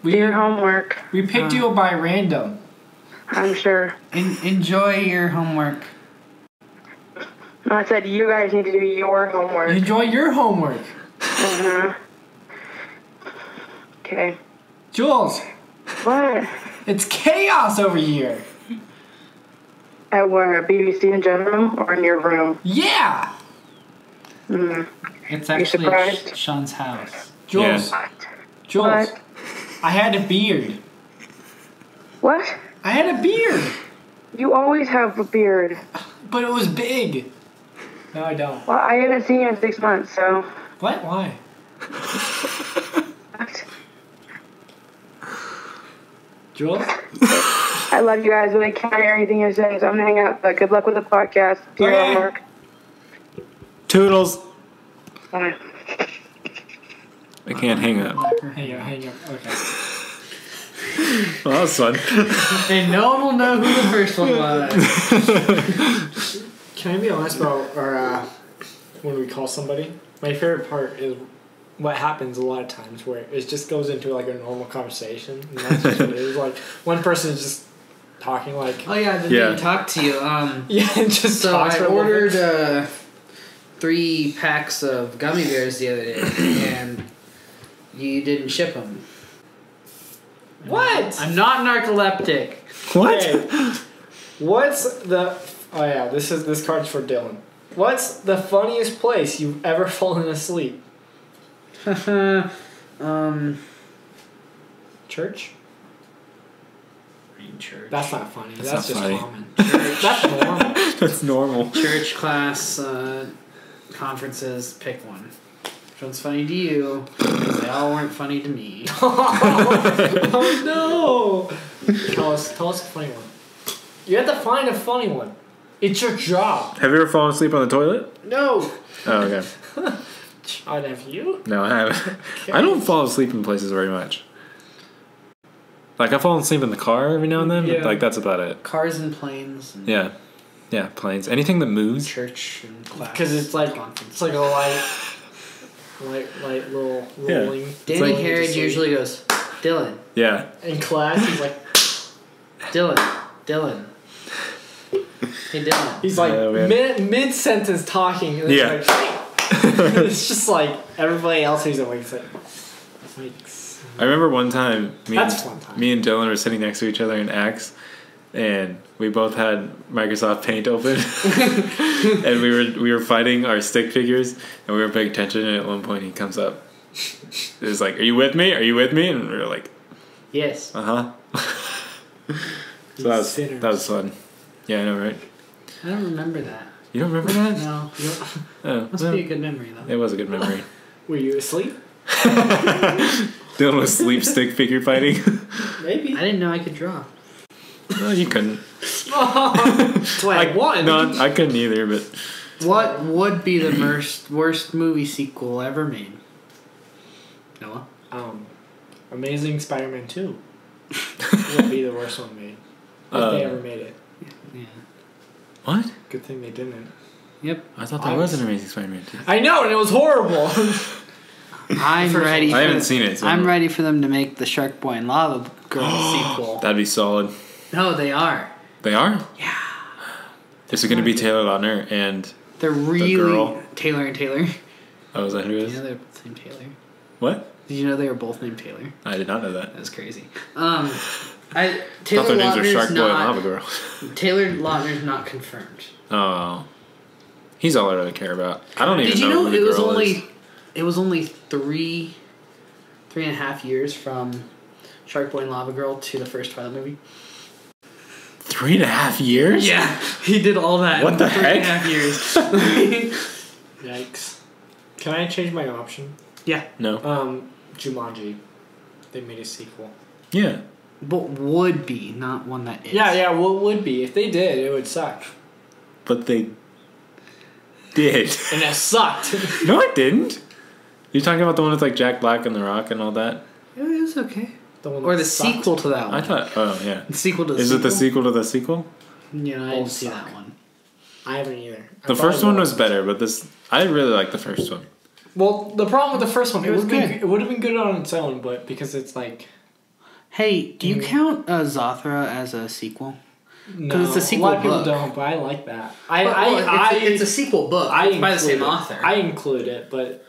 Speaker 2: We
Speaker 7: your homework.
Speaker 2: we picked you by random.
Speaker 7: I'm sure.
Speaker 3: En- enjoy your homework.
Speaker 7: No, I said you guys need to do your homework.
Speaker 2: Enjoy your homework.
Speaker 7: uh-huh. Okay.
Speaker 2: Jules,
Speaker 7: What?
Speaker 2: it's chaos over here.
Speaker 7: At where? At BBC in general or in your room?
Speaker 2: Yeah,
Speaker 7: Mm.
Speaker 4: Hmm. It's
Speaker 7: You
Speaker 4: actually
Speaker 7: surprised?
Speaker 4: Sh- Sean's house.
Speaker 2: Jules.
Speaker 1: Yeah.
Speaker 2: Jules,
Speaker 7: What?
Speaker 2: I had a beard.
Speaker 7: What?
Speaker 2: I had a beard,
Speaker 7: You always have a beard.
Speaker 2: but it was big. No, I don't.
Speaker 7: Well, I haven't seen you in six months, so.
Speaker 2: What? Why?
Speaker 7: What?
Speaker 2: Jules,
Speaker 7: I love you guys, but I can't hear anything you're saying, so I'm gonna hang up. But good luck with the podcast. Do your
Speaker 2: Okay.
Speaker 7: homework.
Speaker 1: Toodles.
Speaker 7: Bye.
Speaker 1: I can't hang up.
Speaker 2: hang up, hang up. Okay.
Speaker 1: Well, that was fun. [LAUGHS]
Speaker 3: And no one will know who the first one was.
Speaker 2: [LAUGHS] Can I be honest about or uh, when we call somebody? My favorite part is what happens a lot of times where it just goes into like a normal conversation. And that's just what it is like one person is just talking like [LAUGHS]
Speaker 3: Oh yeah, I didn't
Speaker 1: Yeah.
Speaker 3: even talk to you. Um,
Speaker 2: yeah, and just
Speaker 3: so
Speaker 2: talks
Speaker 3: I
Speaker 2: for a little
Speaker 3: ordered
Speaker 2: bit.
Speaker 3: uh, three packs of gummy bears the other day,
Speaker 2: [CLEARS THROAT]
Speaker 3: and you didn't ship them.
Speaker 2: what?
Speaker 3: I'm not narcoleptic. [LAUGHS]
Speaker 1: What?
Speaker 2: Hey, what's the? Oh yeah, this is this card's for Dylan. What's the funniest place you've ever [LAUGHS] fallen asleep?
Speaker 3: um,
Speaker 2: Church?
Speaker 4: Green church.
Speaker 2: That's not funny. That's,
Speaker 1: not
Speaker 2: just
Speaker 1: funny.
Speaker 2: common.
Speaker 3: [LAUGHS]
Speaker 2: That's normal.
Speaker 1: That's normal.
Speaker 3: church class, uh, conferences. Pick one. Which one's funny to you? 'Cause they all weren't funny to me. [LAUGHS]
Speaker 2: oh no! Tell us, tell us a funny one. You have to find a funny one. It's your job.
Speaker 1: Have you ever fallen asleep on the toilet?
Speaker 2: No,
Speaker 1: Oh, okay.
Speaker 2: I'd have you.
Speaker 1: No, I haven't. [LAUGHS] I don't fall asleep in places very much. Like I've fallen asleep in the car every now and then,
Speaker 2: Yeah.
Speaker 1: but like that's about it.
Speaker 3: Cars and planes. And
Speaker 1: Yeah. Yeah, planes. Anything that moves.
Speaker 3: Church and class.
Speaker 2: Because it's like
Speaker 3: conference.
Speaker 2: it's like a light, light, light little
Speaker 1: Yeah.
Speaker 2: rolling.
Speaker 3: Danny
Speaker 2: like-
Speaker 3: Herod usually goes, Dylan,
Speaker 1: Yeah.
Speaker 2: in class. He's like,
Speaker 3: Dylan, Dylan.
Speaker 4: He didn't.
Speaker 2: He's like
Speaker 1: Oh, man.
Speaker 2: mid mid sentence talking. And it's
Speaker 1: Yeah.
Speaker 2: like, it's just like everybody else who's awake. It's like, it's like s-
Speaker 1: I remember one time me,
Speaker 2: That's
Speaker 1: and,
Speaker 2: one time.
Speaker 1: me and Dylan were sitting next to each other in Axe, and we both had Microsoft Paint
Speaker 2: [LAUGHS]
Speaker 1: open, [LAUGHS] and we were we were fighting our stick figures, and we were paying attention. And at one point, he comes up. It was like, "Are you with me? Are you with me?" And we were like,
Speaker 4: Yes.
Speaker 1: "Uh huh." so that was
Speaker 2: sinners.
Speaker 1: that was fun. Yeah, I know, right?
Speaker 4: I don't remember that.
Speaker 1: You don't remember
Speaker 3: [LAUGHS]
Speaker 1: that?
Speaker 4: No. you don't-
Speaker 1: Oh,
Speaker 4: Must
Speaker 1: well,
Speaker 4: be a good memory though.
Speaker 1: it was a good memory.
Speaker 2: Were you asleep?
Speaker 1: Dylan was sleep
Speaker 3: [LAUGHS]
Speaker 1: stick figure fighting. [LAUGHS]
Speaker 2: Maybe.
Speaker 4: I didn't know I could draw.
Speaker 1: no, you couldn't.
Speaker 2: That's why I, won.
Speaker 1: No, I couldn't either. But
Speaker 3: What would be the worst, worst movie sequel ever made? Noah?
Speaker 2: Um, Amazing Spider-Man
Speaker 3: [LAUGHS]
Speaker 2: Two would be the worst one made if they
Speaker 1: uh,
Speaker 2: ever made it.
Speaker 4: Yeah.
Speaker 1: what?
Speaker 2: Good thing they didn't.
Speaker 4: Yep.
Speaker 1: I thought that was an Amazing Spider-Man 2.
Speaker 2: I know, and it was horrible. [LAUGHS]
Speaker 4: First
Speaker 3: I'm
Speaker 4: of all,
Speaker 3: ready.
Speaker 1: I
Speaker 3: for-
Speaker 1: haven't seen it. so-
Speaker 3: I'm ready for them to make the Shark Boy and Lava Girl sequel.
Speaker 1: That'd be solid.
Speaker 3: No, they are.
Speaker 1: They are. Yeah. This is gonna be Taylor Lautner and
Speaker 3: They're really
Speaker 1: girl.
Speaker 3: Taylor and Taylor. [LAUGHS]
Speaker 1: oh, is that who it
Speaker 4: Yeah,
Speaker 1: is?
Speaker 4: they're both named Taylor.
Speaker 1: What?
Speaker 3: Did you know they were both named Taylor?
Speaker 1: I did not know that.
Speaker 4: That was crazy.
Speaker 3: Um, I
Speaker 1: [LAUGHS] I thought
Speaker 3: Taylor
Speaker 1: their names are Shark
Speaker 3: Lautner's
Speaker 1: Boy and Lava
Speaker 3: not
Speaker 1: Girl. [LAUGHS]
Speaker 3: Taylor Lautner's not confirmed.
Speaker 1: oh, he's all I really care about. I don't even
Speaker 3: Did you know,
Speaker 1: who the
Speaker 3: it was
Speaker 1: girl
Speaker 3: only
Speaker 1: is.
Speaker 3: it was only three three and a half years from Shark Boy and Lava Girl to the first Twilight movie? [LAUGHS]
Speaker 1: three and a half years?
Speaker 3: Yeah, he did all that.
Speaker 1: What
Speaker 3: in
Speaker 1: the
Speaker 3: three and a
Speaker 1: [LAUGHS]
Speaker 3: half years. [LAUGHS]
Speaker 2: Yikes. Can I change my option?
Speaker 3: yeah,
Speaker 1: No.
Speaker 2: Um, Jumanji. They made a sequel.
Speaker 1: Yeah.
Speaker 3: but would be not one that is.
Speaker 2: Yeah, yeah. What would be if they did? It would suck,
Speaker 1: But they did. [LAUGHS]
Speaker 2: and it sucked.
Speaker 1: no, it didn't. You're talking about the one with like Jack Black and The Rock and all that.
Speaker 3: it was okay.
Speaker 2: The one
Speaker 3: Or
Speaker 2: that
Speaker 3: the
Speaker 2: sucked.
Speaker 3: sequel to that
Speaker 1: I
Speaker 3: one.
Speaker 1: thought. Oh yeah.
Speaker 3: The sequel to the
Speaker 1: Is it
Speaker 3: sequel?
Speaker 1: the sequel to the sequel?
Speaker 3: You know, I
Speaker 2: Both
Speaker 3: didn't see
Speaker 2: suck.
Speaker 3: that one.
Speaker 2: I haven't either. I
Speaker 1: The
Speaker 2: probably
Speaker 1: first one
Speaker 2: will.
Speaker 1: was better, but this I really like the first one.
Speaker 2: Well, the problem with the first one, it,
Speaker 3: It was
Speaker 2: would have
Speaker 3: good.
Speaker 2: been, it would have been good on its own, but because it's like
Speaker 3: Hey, do you
Speaker 2: Mm.
Speaker 3: count uh, Zathra as a sequel?
Speaker 2: no,
Speaker 3: it's a sequel
Speaker 2: lot of people
Speaker 3: book.
Speaker 2: don't, but I like that. I,
Speaker 3: But,
Speaker 2: I,
Speaker 3: well, oh, it's,
Speaker 2: I,
Speaker 3: it's a sequel book
Speaker 2: I
Speaker 3: It's by the same
Speaker 2: include it.
Speaker 3: author.
Speaker 2: I include it, but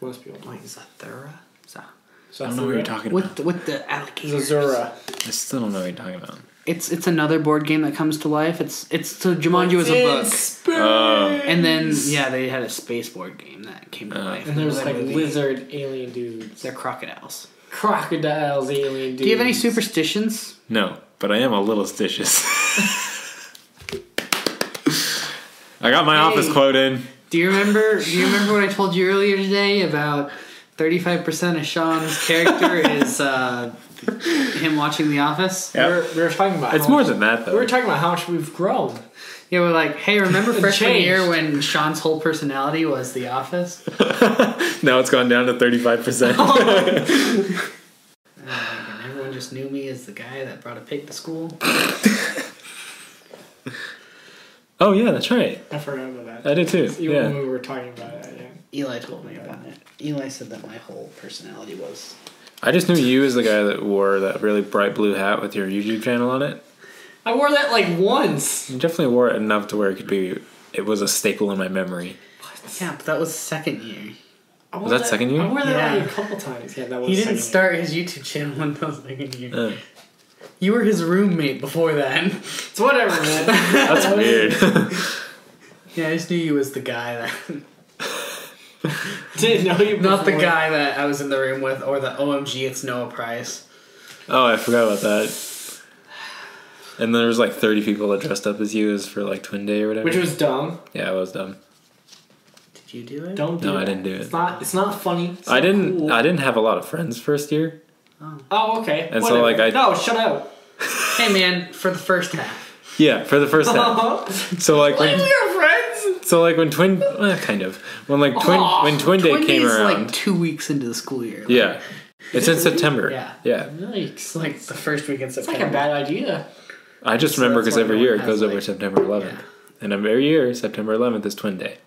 Speaker 2: most people don't.
Speaker 3: Wait, Zathura? Za-
Speaker 2: So
Speaker 1: I don't know what you're talking
Speaker 3: With
Speaker 1: about.
Speaker 3: the, with the alligators.
Speaker 2: Zazura.
Speaker 1: I still don't know what you're talking about.
Speaker 3: It's it's another board game that comes to life. It's it's so Jumanji was a book,
Speaker 1: Oh.
Speaker 3: and then yeah, they had a space board game that came to life.
Speaker 2: Uh, And there's
Speaker 3: They're
Speaker 2: like
Speaker 3: really-
Speaker 2: lizard alien dudes.
Speaker 3: They're crocodiles.
Speaker 2: crocodiles alien dudes.
Speaker 3: Do you have any superstitions?
Speaker 1: No, but I am a little stitious. [LAUGHS] I got my office quote in.
Speaker 3: Do you remember? Do you remember what I told you earlier today about thirty five percent of Sean's
Speaker 2: [LAUGHS]
Speaker 3: character is uh, him watching The Office?
Speaker 2: We were, we were talking about.
Speaker 1: It's
Speaker 2: how
Speaker 1: more
Speaker 2: much-
Speaker 1: than that
Speaker 2: We
Speaker 1: though.
Speaker 2: were talking about how much we've grown.
Speaker 3: Yeah, we're like, hey, [LAUGHS] remember
Speaker 2: It
Speaker 3: freshman
Speaker 2: changed.
Speaker 3: year when Sean's whole personality was The Office?
Speaker 1: now it's gone down to [LAUGHS] 35%.
Speaker 3: And everyone just knew me as the guy that brought a pig to school.
Speaker 1: oh yeah, that's right.
Speaker 2: I forgot about that.
Speaker 1: I did too.
Speaker 2: Even when
Speaker 1: Yeah.
Speaker 2: we were talking about that, yeah.
Speaker 3: Eli told me about it. Eli said that my whole personality was.
Speaker 1: I just knew you as the guy that wore that really bright blue hat with your YouTube channel on it.
Speaker 2: I wore that like once.
Speaker 1: You definitely wore it enough to where it could be it was a staple in my memory.
Speaker 3: Yeah, but that was second year.
Speaker 2: I
Speaker 1: Was
Speaker 2: wore
Speaker 1: that second year?
Speaker 2: I wore that
Speaker 3: Yeah.
Speaker 2: like a couple times. Yeah, that was.
Speaker 3: He didn't
Speaker 2: second
Speaker 3: start his YouTube channel until second year.
Speaker 1: Uh,
Speaker 3: You were his roommate before then.
Speaker 2: It's whatever,
Speaker 1: [LAUGHS]
Speaker 2: man.
Speaker 1: that's
Speaker 2: [LAUGHS]
Speaker 1: weird.
Speaker 3: [LAUGHS] Yeah, I just knew you was the guy that.
Speaker 2: Didn't know you.
Speaker 3: [LAUGHS] Not the
Speaker 2: before.
Speaker 3: guy that I was in the room with or the OMG, it's Noah Price.
Speaker 1: Oh, I forgot about that. And there was like 30 people that dressed up as you as for like Twin Day or whatever.
Speaker 2: Which was dumb.
Speaker 1: yeah, I was dumb.
Speaker 3: Did you do it?
Speaker 2: Don't do
Speaker 1: No,
Speaker 2: it.
Speaker 1: I didn't do it.
Speaker 2: It's not. It's not funny. It's
Speaker 1: I
Speaker 2: not
Speaker 1: didn't.
Speaker 2: cool.
Speaker 1: I didn't have a lot of friends first year.
Speaker 2: Oh, okay.
Speaker 1: And so, like, I-
Speaker 2: No, shut up.
Speaker 3: Hey man, for the first half.
Speaker 1: Yeah, for the first
Speaker 2: [LAUGHS]
Speaker 1: time. So like
Speaker 2: Like,
Speaker 1: when,
Speaker 2: we are friends.
Speaker 1: so like when twin uh, kind of when like twin
Speaker 2: Aw,
Speaker 1: when twin day
Speaker 3: Twin
Speaker 1: came
Speaker 3: Day's
Speaker 1: around.
Speaker 3: like two weeks into the school year. Like,
Speaker 1: yeah, it's in September.
Speaker 3: Yeah.
Speaker 1: yeah.
Speaker 3: It's like the first week in
Speaker 2: It's like
Speaker 3: September.
Speaker 2: a bad idea.
Speaker 1: I just remember
Speaker 3: that's
Speaker 1: because
Speaker 3: why
Speaker 1: every
Speaker 3: no
Speaker 1: year
Speaker 3: one
Speaker 1: it goes
Speaker 3: has,
Speaker 1: over
Speaker 3: like-
Speaker 1: September 11th, and every year September 11th is Twin Day.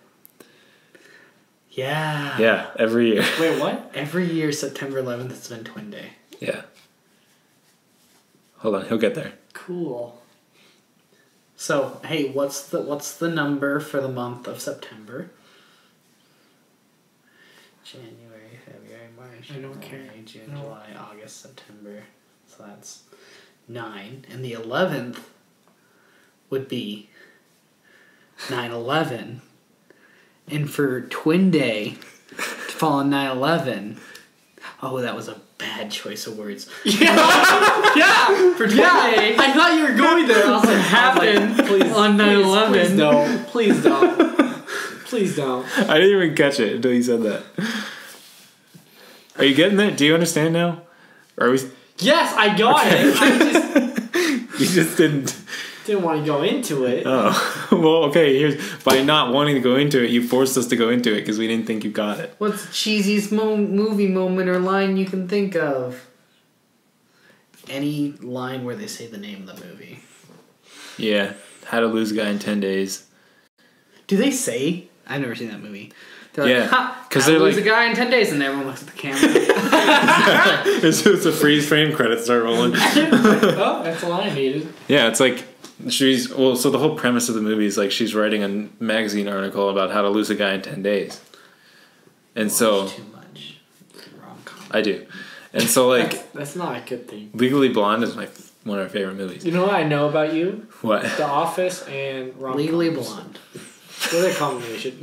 Speaker 3: Yeah.
Speaker 1: Yeah, every year. [LAUGHS]
Speaker 2: Wait, what?
Speaker 3: Every year, September 11th, it's been Twin Day.
Speaker 1: Yeah. Hold on, he'll get there.
Speaker 2: Cool.
Speaker 3: So hey, what's the what's the number for the month of September? January, February, March.
Speaker 2: I don't
Speaker 3: April,
Speaker 2: care.
Speaker 3: May, June,
Speaker 2: No.
Speaker 3: July, August, September. So that's nine, and the eleventh would be nine eleven. And for Twin Day to fall on nine eleven. Oh, that was a bad choice of
Speaker 2: [LAUGHS]
Speaker 3: words.
Speaker 2: Yeah! For 20 days.
Speaker 3: I thought you were going there. I was like, happen
Speaker 2: Please.
Speaker 3: on 9
Speaker 2: Please
Speaker 3: 11.
Speaker 2: don't. Please don't. Please don't.
Speaker 1: [LAUGHS] I didn't even catch it until you said that. Are you getting that? Do you understand now? Or we,
Speaker 2: Yes, I got it. I
Speaker 1: [LAUGHS]
Speaker 2: just
Speaker 1: you just didn't?
Speaker 2: didn't want to go into it.
Speaker 1: Oh, [LAUGHS] well, okay. Here's by not wanting to go into it, you forced us to go into it because we didn't think you got it.
Speaker 3: What's the cheesiest mo- movie moment or line you can think of? Any line where they say the name of the movie.
Speaker 1: Yeah, how to lose a guy in ten days.
Speaker 3: Do they say? I've never seen that movie. They're
Speaker 1: Yeah,
Speaker 3: like, ha!
Speaker 1: 'cause
Speaker 3: Because they
Speaker 1: they're
Speaker 3: lose
Speaker 1: like-
Speaker 3: a guy in 10 days, and everyone looks at the camera.
Speaker 1: [LAUGHS] It's just a freeze frame. Credits start rolling.
Speaker 2: Oh, that's all I needed.
Speaker 1: Yeah, it's like she's well. So the whole premise of the movie is like she's writing a magazine article about how to lose a guy in ten days, and so
Speaker 3: Too much. Rom com.
Speaker 1: I do, and so like
Speaker 2: That's, that's not a good thing.
Speaker 1: Legally Blonde is my one of my favorite movies.
Speaker 2: You know what I know about you?
Speaker 1: What? [LAUGHS]
Speaker 2: The Office and rom
Speaker 3: Legally Blonde.
Speaker 2: They're a combination.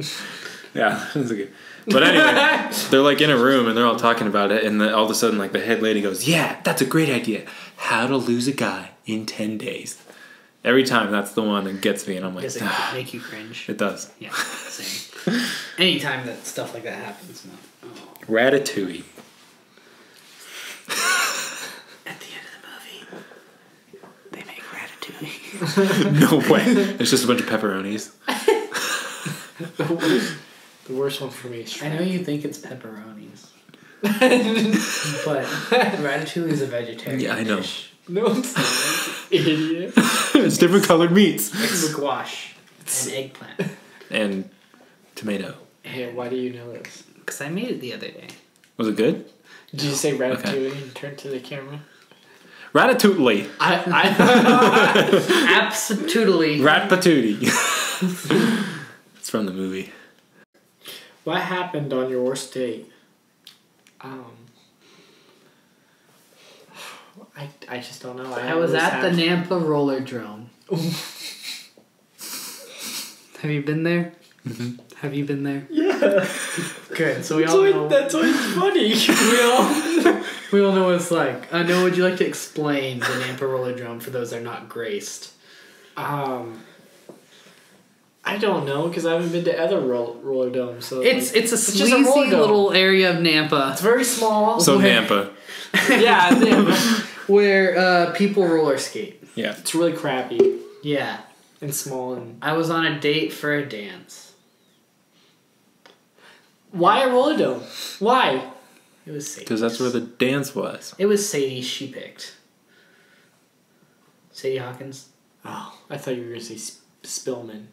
Speaker 1: Yeah, [LAUGHS] that's okay. But anyway, they're like in a room and they're all talking about it, and then all of a sudden, like the head lady goes, "Yeah, that's a great idea. How to lose a guy in ten days." Every time, that's the one that gets me, and I'm like,
Speaker 3: Does it
Speaker 1: "Ah,
Speaker 3: make you cringe?
Speaker 1: it does.
Speaker 3: Yeah, same. Anytime that stuff like that happens, no. Oh.
Speaker 1: Ratatouille. [LAUGHS]
Speaker 3: At the end of the movie, they make ratatouille.
Speaker 1: No way. It's just a bunch of pepperonis.
Speaker 2: the, worst, the worst one for me is
Speaker 3: I know you think it's pepperonis, but ratatouille is a vegetarian.
Speaker 1: Yeah, I know.
Speaker 3: dish.
Speaker 2: No, it's not. [LAUGHS] Idiot.
Speaker 1: it's different colored meats
Speaker 3: It's squash and eggplant.
Speaker 1: and tomato.
Speaker 2: Hey, why do you know this?
Speaker 3: Because I made it the other day.
Speaker 1: Was it good?
Speaker 2: Did you say ratatouille and turn to the camera?
Speaker 1: Ratatouille.
Speaker 3: I,
Speaker 2: [LAUGHS]
Speaker 3: I absolutely.
Speaker 1: Ratatouille. [LAUGHS] it's from the movie.
Speaker 2: What happened on your worst date? Um, I, I just don't know.
Speaker 3: I was
Speaker 2: always
Speaker 3: at
Speaker 2: [LAUGHS]
Speaker 3: the
Speaker 2: have-
Speaker 3: Nampa Roller Drome. Have you been there? Have you been there? Yeah. Good. So we
Speaker 2: That's
Speaker 3: all
Speaker 2: why,
Speaker 3: know.
Speaker 2: that's why it's funny.
Speaker 3: we all we all know what it's like. I know. Would you like to explain the Nampa Roller Drome for those that are not graced?
Speaker 2: um, I don't know because I haven't been to other roll, roller domes. So
Speaker 3: It's
Speaker 2: like-
Speaker 3: it's a
Speaker 2: just
Speaker 3: sleazy
Speaker 2: a roller dome.
Speaker 3: little area of Nampa
Speaker 2: it's very small.
Speaker 1: So
Speaker 3: Where-
Speaker 1: Nampa.
Speaker 2: [LAUGHS] yeah, yeah,
Speaker 3: where uh, people roller skate.
Speaker 1: Yeah.
Speaker 2: it's really crappy
Speaker 3: Yeah,
Speaker 2: and small and.
Speaker 3: I was on a date for a dance.
Speaker 2: Why a roller dome? Why?
Speaker 3: It was Sadie.
Speaker 1: Because that's where the dance was.
Speaker 3: it was Sadie. She picked Sadie Hawkins.
Speaker 2: Oh, I thought you were gonna say Sp- Spillman.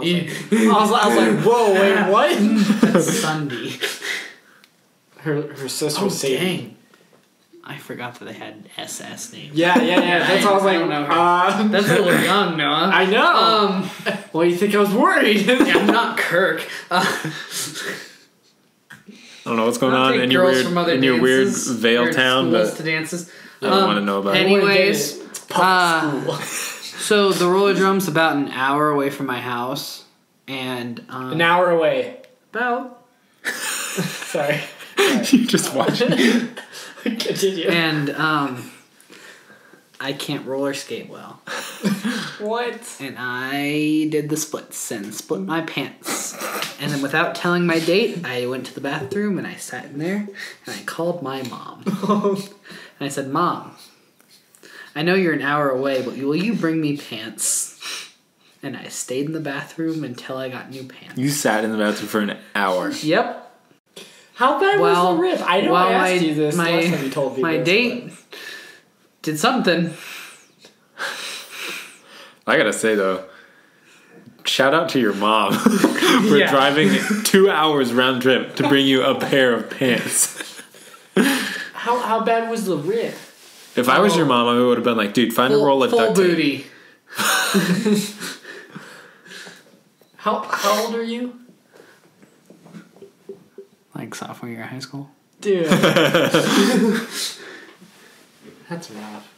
Speaker 1: [LAUGHS]
Speaker 2: was,
Speaker 3: Yeah.
Speaker 2: like, [LAUGHS] I, was, I was
Speaker 3: [LAUGHS]
Speaker 2: like, whoa, wait, what?
Speaker 3: That's
Speaker 1: [LAUGHS]
Speaker 3: Sunday.
Speaker 2: Her her sister
Speaker 3: oh
Speaker 2: was saying.
Speaker 3: dang! I forgot that they had SS names.
Speaker 2: Yeah, yeah, yeah. That's all I was
Speaker 3: I
Speaker 2: like.
Speaker 3: don't know her.
Speaker 2: um,
Speaker 3: That's a little young, Noah.
Speaker 2: I know.
Speaker 3: Um,
Speaker 2: [LAUGHS] well, you think I was worried? [LAUGHS]
Speaker 3: I'm not Kirk. Uh, [LAUGHS]
Speaker 1: I don't know what's going
Speaker 3: I'll
Speaker 1: on
Speaker 3: take
Speaker 1: in your
Speaker 3: girls
Speaker 1: weird,
Speaker 3: from other
Speaker 1: in your weird
Speaker 3: dances,
Speaker 1: Vale
Speaker 3: weird
Speaker 1: town,
Speaker 3: schools
Speaker 1: but
Speaker 3: to dances. Um,
Speaker 1: I don't want to know about it.
Speaker 3: Anyways,
Speaker 2: it's public
Speaker 3: uh,
Speaker 2: school.
Speaker 3: so the roller drum's about an hour away from my house, and um,
Speaker 2: An hour away.
Speaker 3: about
Speaker 2: Sorry. [LAUGHS]
Speaker 1: [LAUGHS] you just watch it.
Speaker 2: Continue.
Speaker 3: and um, I can't roller skate well,
Speaker 2: What?
Speaker 3: and I did the splits and split my pants, and then without telling my date, I went to the bathroom and I sat in there and I called my
Speaker 2: [LAUGHS]
Speaker 3: mom. And I said, Mom, I know you're an hour away, but will you bring me pants? And I stayed in the bathroom until I got new pants.
Speaker 1: You sat in the bathroom for an hour.
Speaker 3: Yep.
Speaker 2: How bad
Speaker 3: Well,
Speaker 2: was the riff? I know
Speaker 3: well,
Speaker 2: I asked
Speaker 3: my-
Speaker 2: you this
Speaker 3: my-
Speaker 2: last time you told me
Speaker 3: My
Speaker 2: this,
Speaker 3: date did something.
Speaker 1: I gotta say though, shout out to your mom [LAUGHS] for
Speaker 2: Yeah.
Speaker 1: driving two hours round trip to bring you a pair of pants.
Speaker 2: but How how bad was the riff?
Speaker 1: If I was your mom, I would have been like, dude, find a roll
Speaker 3: Oh. Full,
Speaker 1: of
Speaker 3: full
Speaker 1: duct tape.
Speaker 3: booty.
Speaker 2: How how old are you,
Speaker 3: Like sophomore year of high school.
Speaker 1: [LAUGHS]
Speaker 2: dude? That's rough.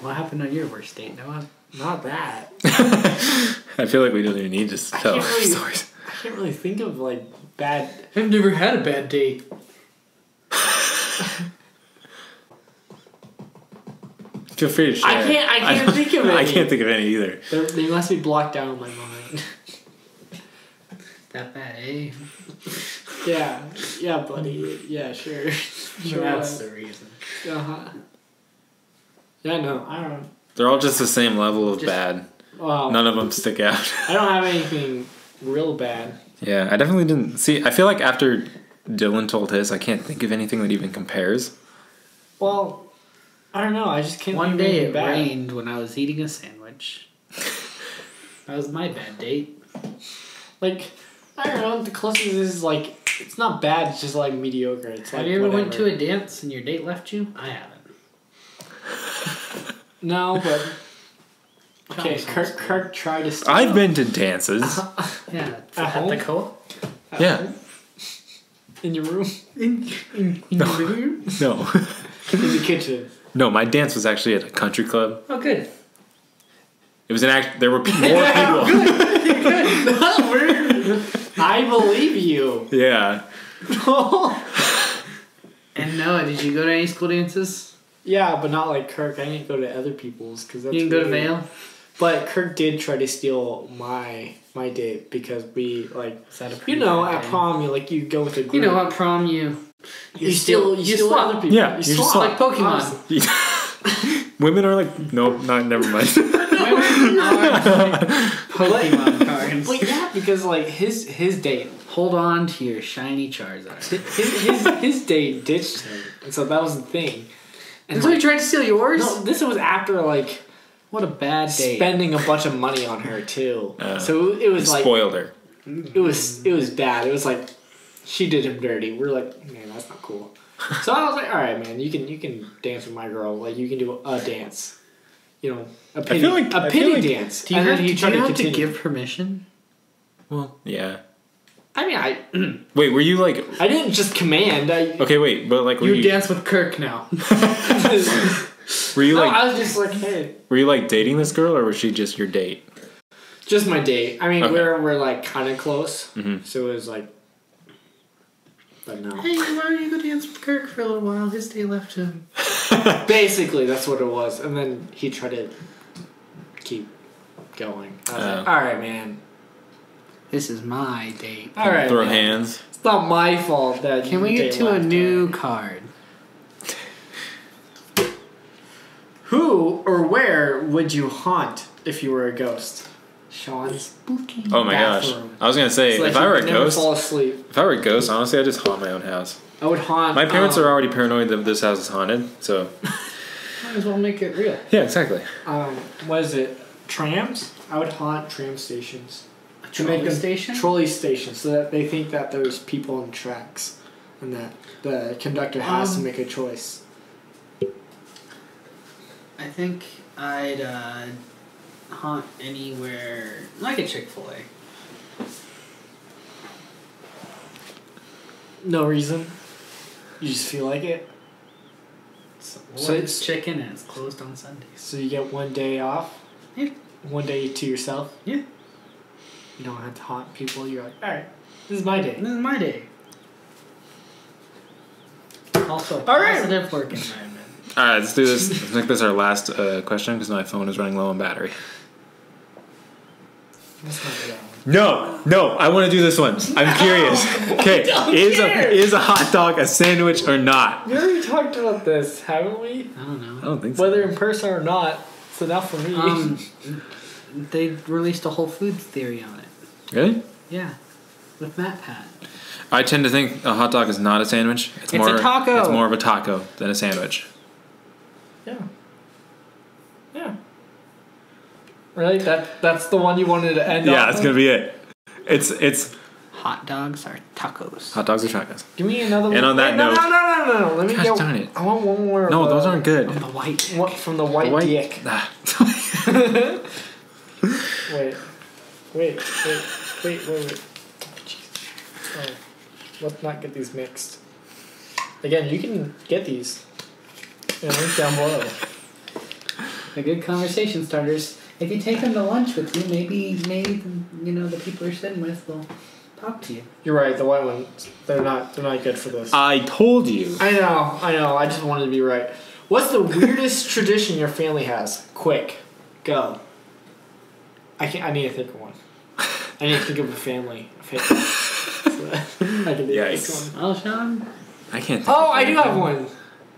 Speaker 3: What happened on your worst date, Noah?
Speaker 2: Not that.
Speaker 1: I feel like we don't even need to tell
Speaker 2: can't really- [LAUGHS]
Speaker 1: stories. [LAUGHS]
Speaker 2: I can't really think of like bad.
Speaker 8: I've never had a bad date.
Speaker 1: Feel free to share.
Speaker 2: I can't. I can't think of any.
Speaker 1: [LAUGHS] I can't think of any either.
Speaker 2: They're, they must be blocked out of my
Speaker 3: [LAUGHS]
Speaker 2: mind.
Speaker 3: That bad, eh?
Speaker 2: yeah. Yeah, buddy. Yeah, sure. [LAUGHS] sure.
Speaker 3: That's the reason.
Speaker 2: Uh huh. Yeah. No. I don't.
Speaker 1: They're all just the same level of bad.
Speaker 2: Well,
Speaker 1: None of them stick out. [LAUGHS]
Speaker 2: I don't have anything real bad.
Speaker 1: yeah, I definitely didn't see. I feel like after Dylan told his, I can't think of anything that even compares.
Speaker 2: Well, I don't know. I just can't.
Speaker 3: One
Speaker 2: think of
Speaker 3: day
Speaker 2: anything
Speaker 3: it
Speaker 2: bad.
Speaker 3: rained when I was eating a sandwich. that was my bad date.
Speaker 2: Like I don't know. The closest is like it's not bad. It's just like mediocre. It's like
Speaker 3: Have you ever went
Speaker 2: whatever.
Speaker 3: to a dance and your date left you? I haven't.
Speaker 2: No, but
Speaker 3: [LAUGHS]
Speaker 2: okay.
Speaker 3: Sounds
Speaker 2: Kirk, Kirk tried to. Steal.
Speaker 1: I've been to dances.
Speaker 2: Uh-huh.
Speaker 3: Yeah, at,
Speaker 2: At
Speaker 3: the
Speaker 2: home?
Speaker 3: co
Speaker 1: Yeah.
Speaker 2: in your room
Speaker 1: [LAUGHS] No. [LAUGHS]
Speaker 2: in the kitchen.
Speaker 1: No, my dance was actually at a country club.
Speaker 3: Oh, good.
Speaker 1: It was an act.
Speaker 2: [LAUGHS]
Speaker 1: There were p- more people.
Speaker 2: I believe
Speaker 3: [LAUGHS]
Speaker 2: you.
Speaker 1: yeah.
Speaker 3: And Noah, did you go to any school dances?
Speaker 2: yeah, but not like Kirk. I didn't go to other people's because
Speaker 3: You didn't go to Vale?
Speaker 2: But Kirk did try to steal my my date because we like
Speaker 3: Is that a pretty
Speaker 2: you know
Speaker 3: bad
Speaker 2: at
Speaker 3: day?
Speaker 2: prom you like you go with a group.
Speaker 3: You know at prom you
Speaker 2: you, steal you,
Speaker 3: you
Speaker 2: steal
Speaker 3: swap.
Speaker 2: other people.
Speaker 1: Yeah,
Speaker 2: you
Speaker 1: you just
Speaker 2: swap.
Speaker 1: swap.
Speaker 3: like Pokemon. [LAUGHS]
Speaker 2: Honestly.
Speaker 1: Women are like, nope, not never mind.
Speaker 2: [LAUGHS]
Speaker 3: Women are [LAUGHS] Pokemon cards.
Speaker 2: But yeah, because like his his date
Speaker 3: Hold on to your shiny Charizard.
Speaker 2: his his, his date ditched him, and so that was the thing.
Speaker 3: And so he tried to steal yours?
Speaker 2: No, this was after like
Speaker 3: What a bad date.
Speaker 2: spending a bunch of money on her too.
Speaker 1: Uh,
Speaker 2: so it was like
Speaker 1: Spoiled her.
Speaker 2: it was it was bad. It was like she did him dirty. We're like, man, that's not cool. So I was like, all right, man, you can you can dance with my girl. Like you can do a dance, you know, a pity,
Speaker 1: feel like-
Speaker 2: a
Speaker 1: I feel
Speaker 2: pity
Speaker 1: like-
Speaker 2: dance.
Speaker 3: do you
Speaker 2: and
Speaker 3: have,
Speaker 2: then he
Speaker 3: to,
Speaker 2: tried
Speaker 3: do you
Speaker 2: to
Speaker 3: have to
Speaker 2: continue.
Speaker 3: give permission?
Speaker 1: Well, yeah.
Speaker 2: I mean, I
Speaker 1: Wait, were you like?
Speaker 2: I didn't just command. I
Speaker 1: [LAUGHS] Okay, wait, but like, were
Speaker 3: You,
Speaker 1: you,
Speaker 3: dance with Kirk
Speaker 2: [LAUGHS]
Speaker 3: now.
Speaker 1: were you
Speaker 2: no,
Speaker 1: like,
Speaker 2: I was just like, hey,
Speaker 1: were you like dating this girl, or was she just your date?
Speaker 2: just my date. I mean,
Speaker 1: Okay.
Speaker 2: we're we're like kind of close, so it was like, but no.
Speaker 3: hey, why don't you go dance with Kirk for a little while? His day left him.
Speaker 2: Basically, that's what it was. And then he tried to keep going. I was
Speaker 1: Oh.
Speaker 2: like, all right, man.
Speaker 3: This is my date.
Speaker 2: All right.
Speaker 1: Throw
Speaker 2: man. [LAUGHS]
Speaker 1: hands.
Speaker 2: It's not my fault that.
Speaker 3: Can we get
Speaker 2: they
Speaker 3: to a
Speaker 2: left
Speaker 3: new
Speaker 2: her.
Speaker 3: card?
Speaker 2: Who or where would you haunt if you were a ghost? Sean's.
Speaker 1: Oh my
Speaker 2: Bathroom.
Speaker 1: gosh! I was gonna say,
Speaker 2: So that
Speaker 1: if
Speaker 2: you
Speaker 1: I were a
Speaker 2: could never
Speaker 1: ghost,
Speaker 2: fall asleep.
Speaker 1: if I were a ghost, honestly, I just haunt my own house.
Speaker 2: I would haunt.
Speaker 1: My parents
Speaker 2: um,
Speaker 1: are already paranoid that this house is haunted, so
Speaker 3: Might as well make it real.
Speaker 1: yeah, exactly.
Speaker 2: Um, what is it? Trams. I would haunt tram stations. To
Speaker 3: trolley
Speaker 2: make them-
Speaker 3: station?
Speaker 2: Trolley station, so that they think that there's people on tracks, and that the conductor has
Speaker 3: Um,
Speaker 2: to make a choice.
Speaker 3: I think I'd uh, haunt anywhere like a Chick Fil A.
Speaker 2: No reason. You just feel like it.
Speaker 3: So,
Speaker 2: So it's-
Speaker 3: it's chicken and it's closed on Sundays.
Speaker 2: So you get one day off.
Speaker 3: Yeah.
Speaker 2: One day to yourself.
Speaker 3: Yeah.
Speaker 2: You don't have to haunt people. You're like, all right, this is my day.
Speaker 3: This is my day. Also, a
Speaker 2: All right.
Speaker 3: positive work environment.
Speaker 1: All right, let's do this. Let's make this our last uh, question because my phone is running low on battery.
Speaker 2: That's not the one.
Speaker 1: No, no, I want to do this one.
Speaker 2: [LAUGHS]
Speaker 1: I'm curious. Okay, is a is a hot dog a sandwich or not?
Speaker 2: We already talked about this, haven't we?
Speaker 3: I don't
Speaker 1: I
Speaker 3: know.
Speaker 1: don't think so.
Speaker 2: Whether in person or not, it's enough for me. [LAUGHS]
Speaker 3: Um, they released a Whole Foods theory on it.
Speaker 1: really?
Speaker 3: Yeah, with Matt Pat.
Speaker 1: I tend to think a hot dog is not a sandwich. It's,
Speaker 2: a
Speaker 1: more
Speaker 2: taco.
Speaker 1: It's more of a taco than a sandwich.
Speaker 2: yeah. Yeah. Really? That that's the one you wanted to end
Speaker 1: Yeah,
Speaker 2: off
Speaker 1: that's
Speaker 2: on?
Speaker 1: gonna be it. It's it's
Speaker 3: Hot dogs are tacos.
Speaker 1: Hot dogs or tacos?
Speaker 2: Give me another.
Speaker 1: And
Speaker 2: one.
Speaker 1: on that
Speaker 2: Wait, no,
Speaker 1: note-
Speaker 2: no, no, no, no, no. Let me
Speaker 1: Gosh
Speaker 2: get.
Speaker 1: darn it.
Speaker 2: I want one more.
Speaker 1: No,
Speaker 2: uh,
Speaker 1: those aren't good.
Speaker 3: the white.
Speaker 2: What from the white,
Speaker 1: White-
Speaker 2: dick?
Speaker 1: Ah.
Speaker 2: Wait, wait, wait, wait, wait, wait. Oh, let's not get these mixed. Again, you can get these. in a link down below.
Speaker 3: They're good conversation starters. If you take them to lunch with you, maybe maybe you know the people you're sitting with will talk to you.
Speaker 2: You're right. The white ones. They're not. They're not good for this.
Speaker 1: [LAUGHS] I told you.
Speaker 2: I know. I know. I just wanted to be right. What's the weirdest [LAUGHS] tradition your family has? Quick, go. I can not I need to think of one. I need to think of a family.
Speaker 1: [LAUGHS]
Speaker 2: A family. I can think of this
Speaker 1: Yikes.
Speaker 2: one.
Speaker 3: Well, Oh, Sean,
Speaker 1: I can't. think
Speaker 2: Oh,
Speaker 1: of
Speaker 2: I do
Speaker 1: anything.
Speaker 2: have one.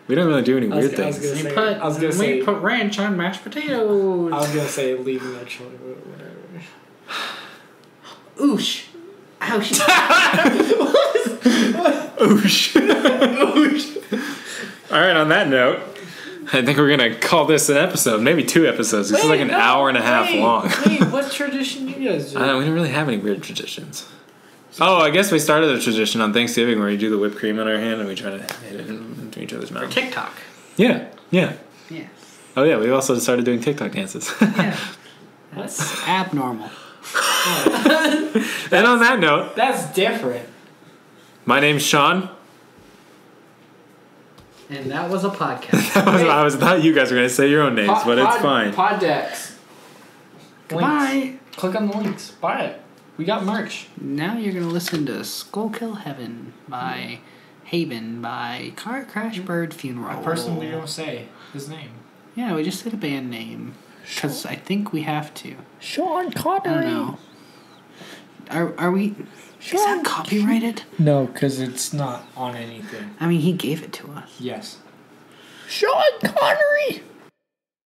Speaker 1: We don't really do any
Speaker 2: I was,
Speaker 1: weird
Speaker 2: I was
Speaker 1: things.
Speaker 2: gonna
Speaker 3: we
Speaker 2: say.
Speaker 3: put
Speaker 2: I was gonna
Speaker 3: we
Speaker 2: say.
Speaker 3: put ranch on mashed potatoes.
Speaker 2: I was gonna say leaving the children, but whatever.
Speaker 3: Oosh. [LAUGHS] Ouch.
Speaker 1: Oosh. All right. On that note, I think we're gonna call this an episode. Maybe two episodes. This is like an
Speaker 2: Wait, no,
Speaker 1: hour and a half
Speaker 2: wait,
Speaker 1: long. [LAUGHS]
Speaker 2: wait, what tradition you guys do?
Speaker 1: I don't, we don't really have any weird traditions. Oh, I guess we started a tradition on Thanksgiving where we do the whipped cream in our hand and we try to hit it into each other's mouth.
Speaker 3: TikTok.
Speaker 1: Yeah, yeah.
Speaker 3: Yeah.
Speaker 1: Oh yeah, we also started doing TikTok dances.
Speaker 3: Yeah. That's
Speaker 1: [LAUGHS]
Speaker 3: abnormal.
Speaker 1: and on that note,
Speaker 2: That's different.
Speaker 1: my name's Sean.
Speaker 3: And that was a podcast.
Speaker 1: [LAUGHS] I was, I was thought you guys were gonna say your own names,
Speaker 2: Pod-
Speaker 1: but it's
Speaker 2: pod-
Speaker 1: fine.
Speaker 2: Pod decks. Links.
Speaker 3: Bye.
Speaker 2: Click on the links. Buy it. We got merch.
Speaker 3: Now you're gonna listen to Skullkill Heaven by Haven by Car Crash Bird Funeral.
Speaker 2: I personally don't say his name.
Speaker 3: Yeah, we just said a band name because I think we have to.
Speaker 5: Sean
Speaker 3: I don't
Speaker 5: Connery.
Speaker 3: know. Are are we? Is that copyrighted?
Speaker 2: No, because it's not on anything.
Speaker 3: I mean, he gave it to us.
Speaker 2: Yes.
Speaker 5: Sean Connery.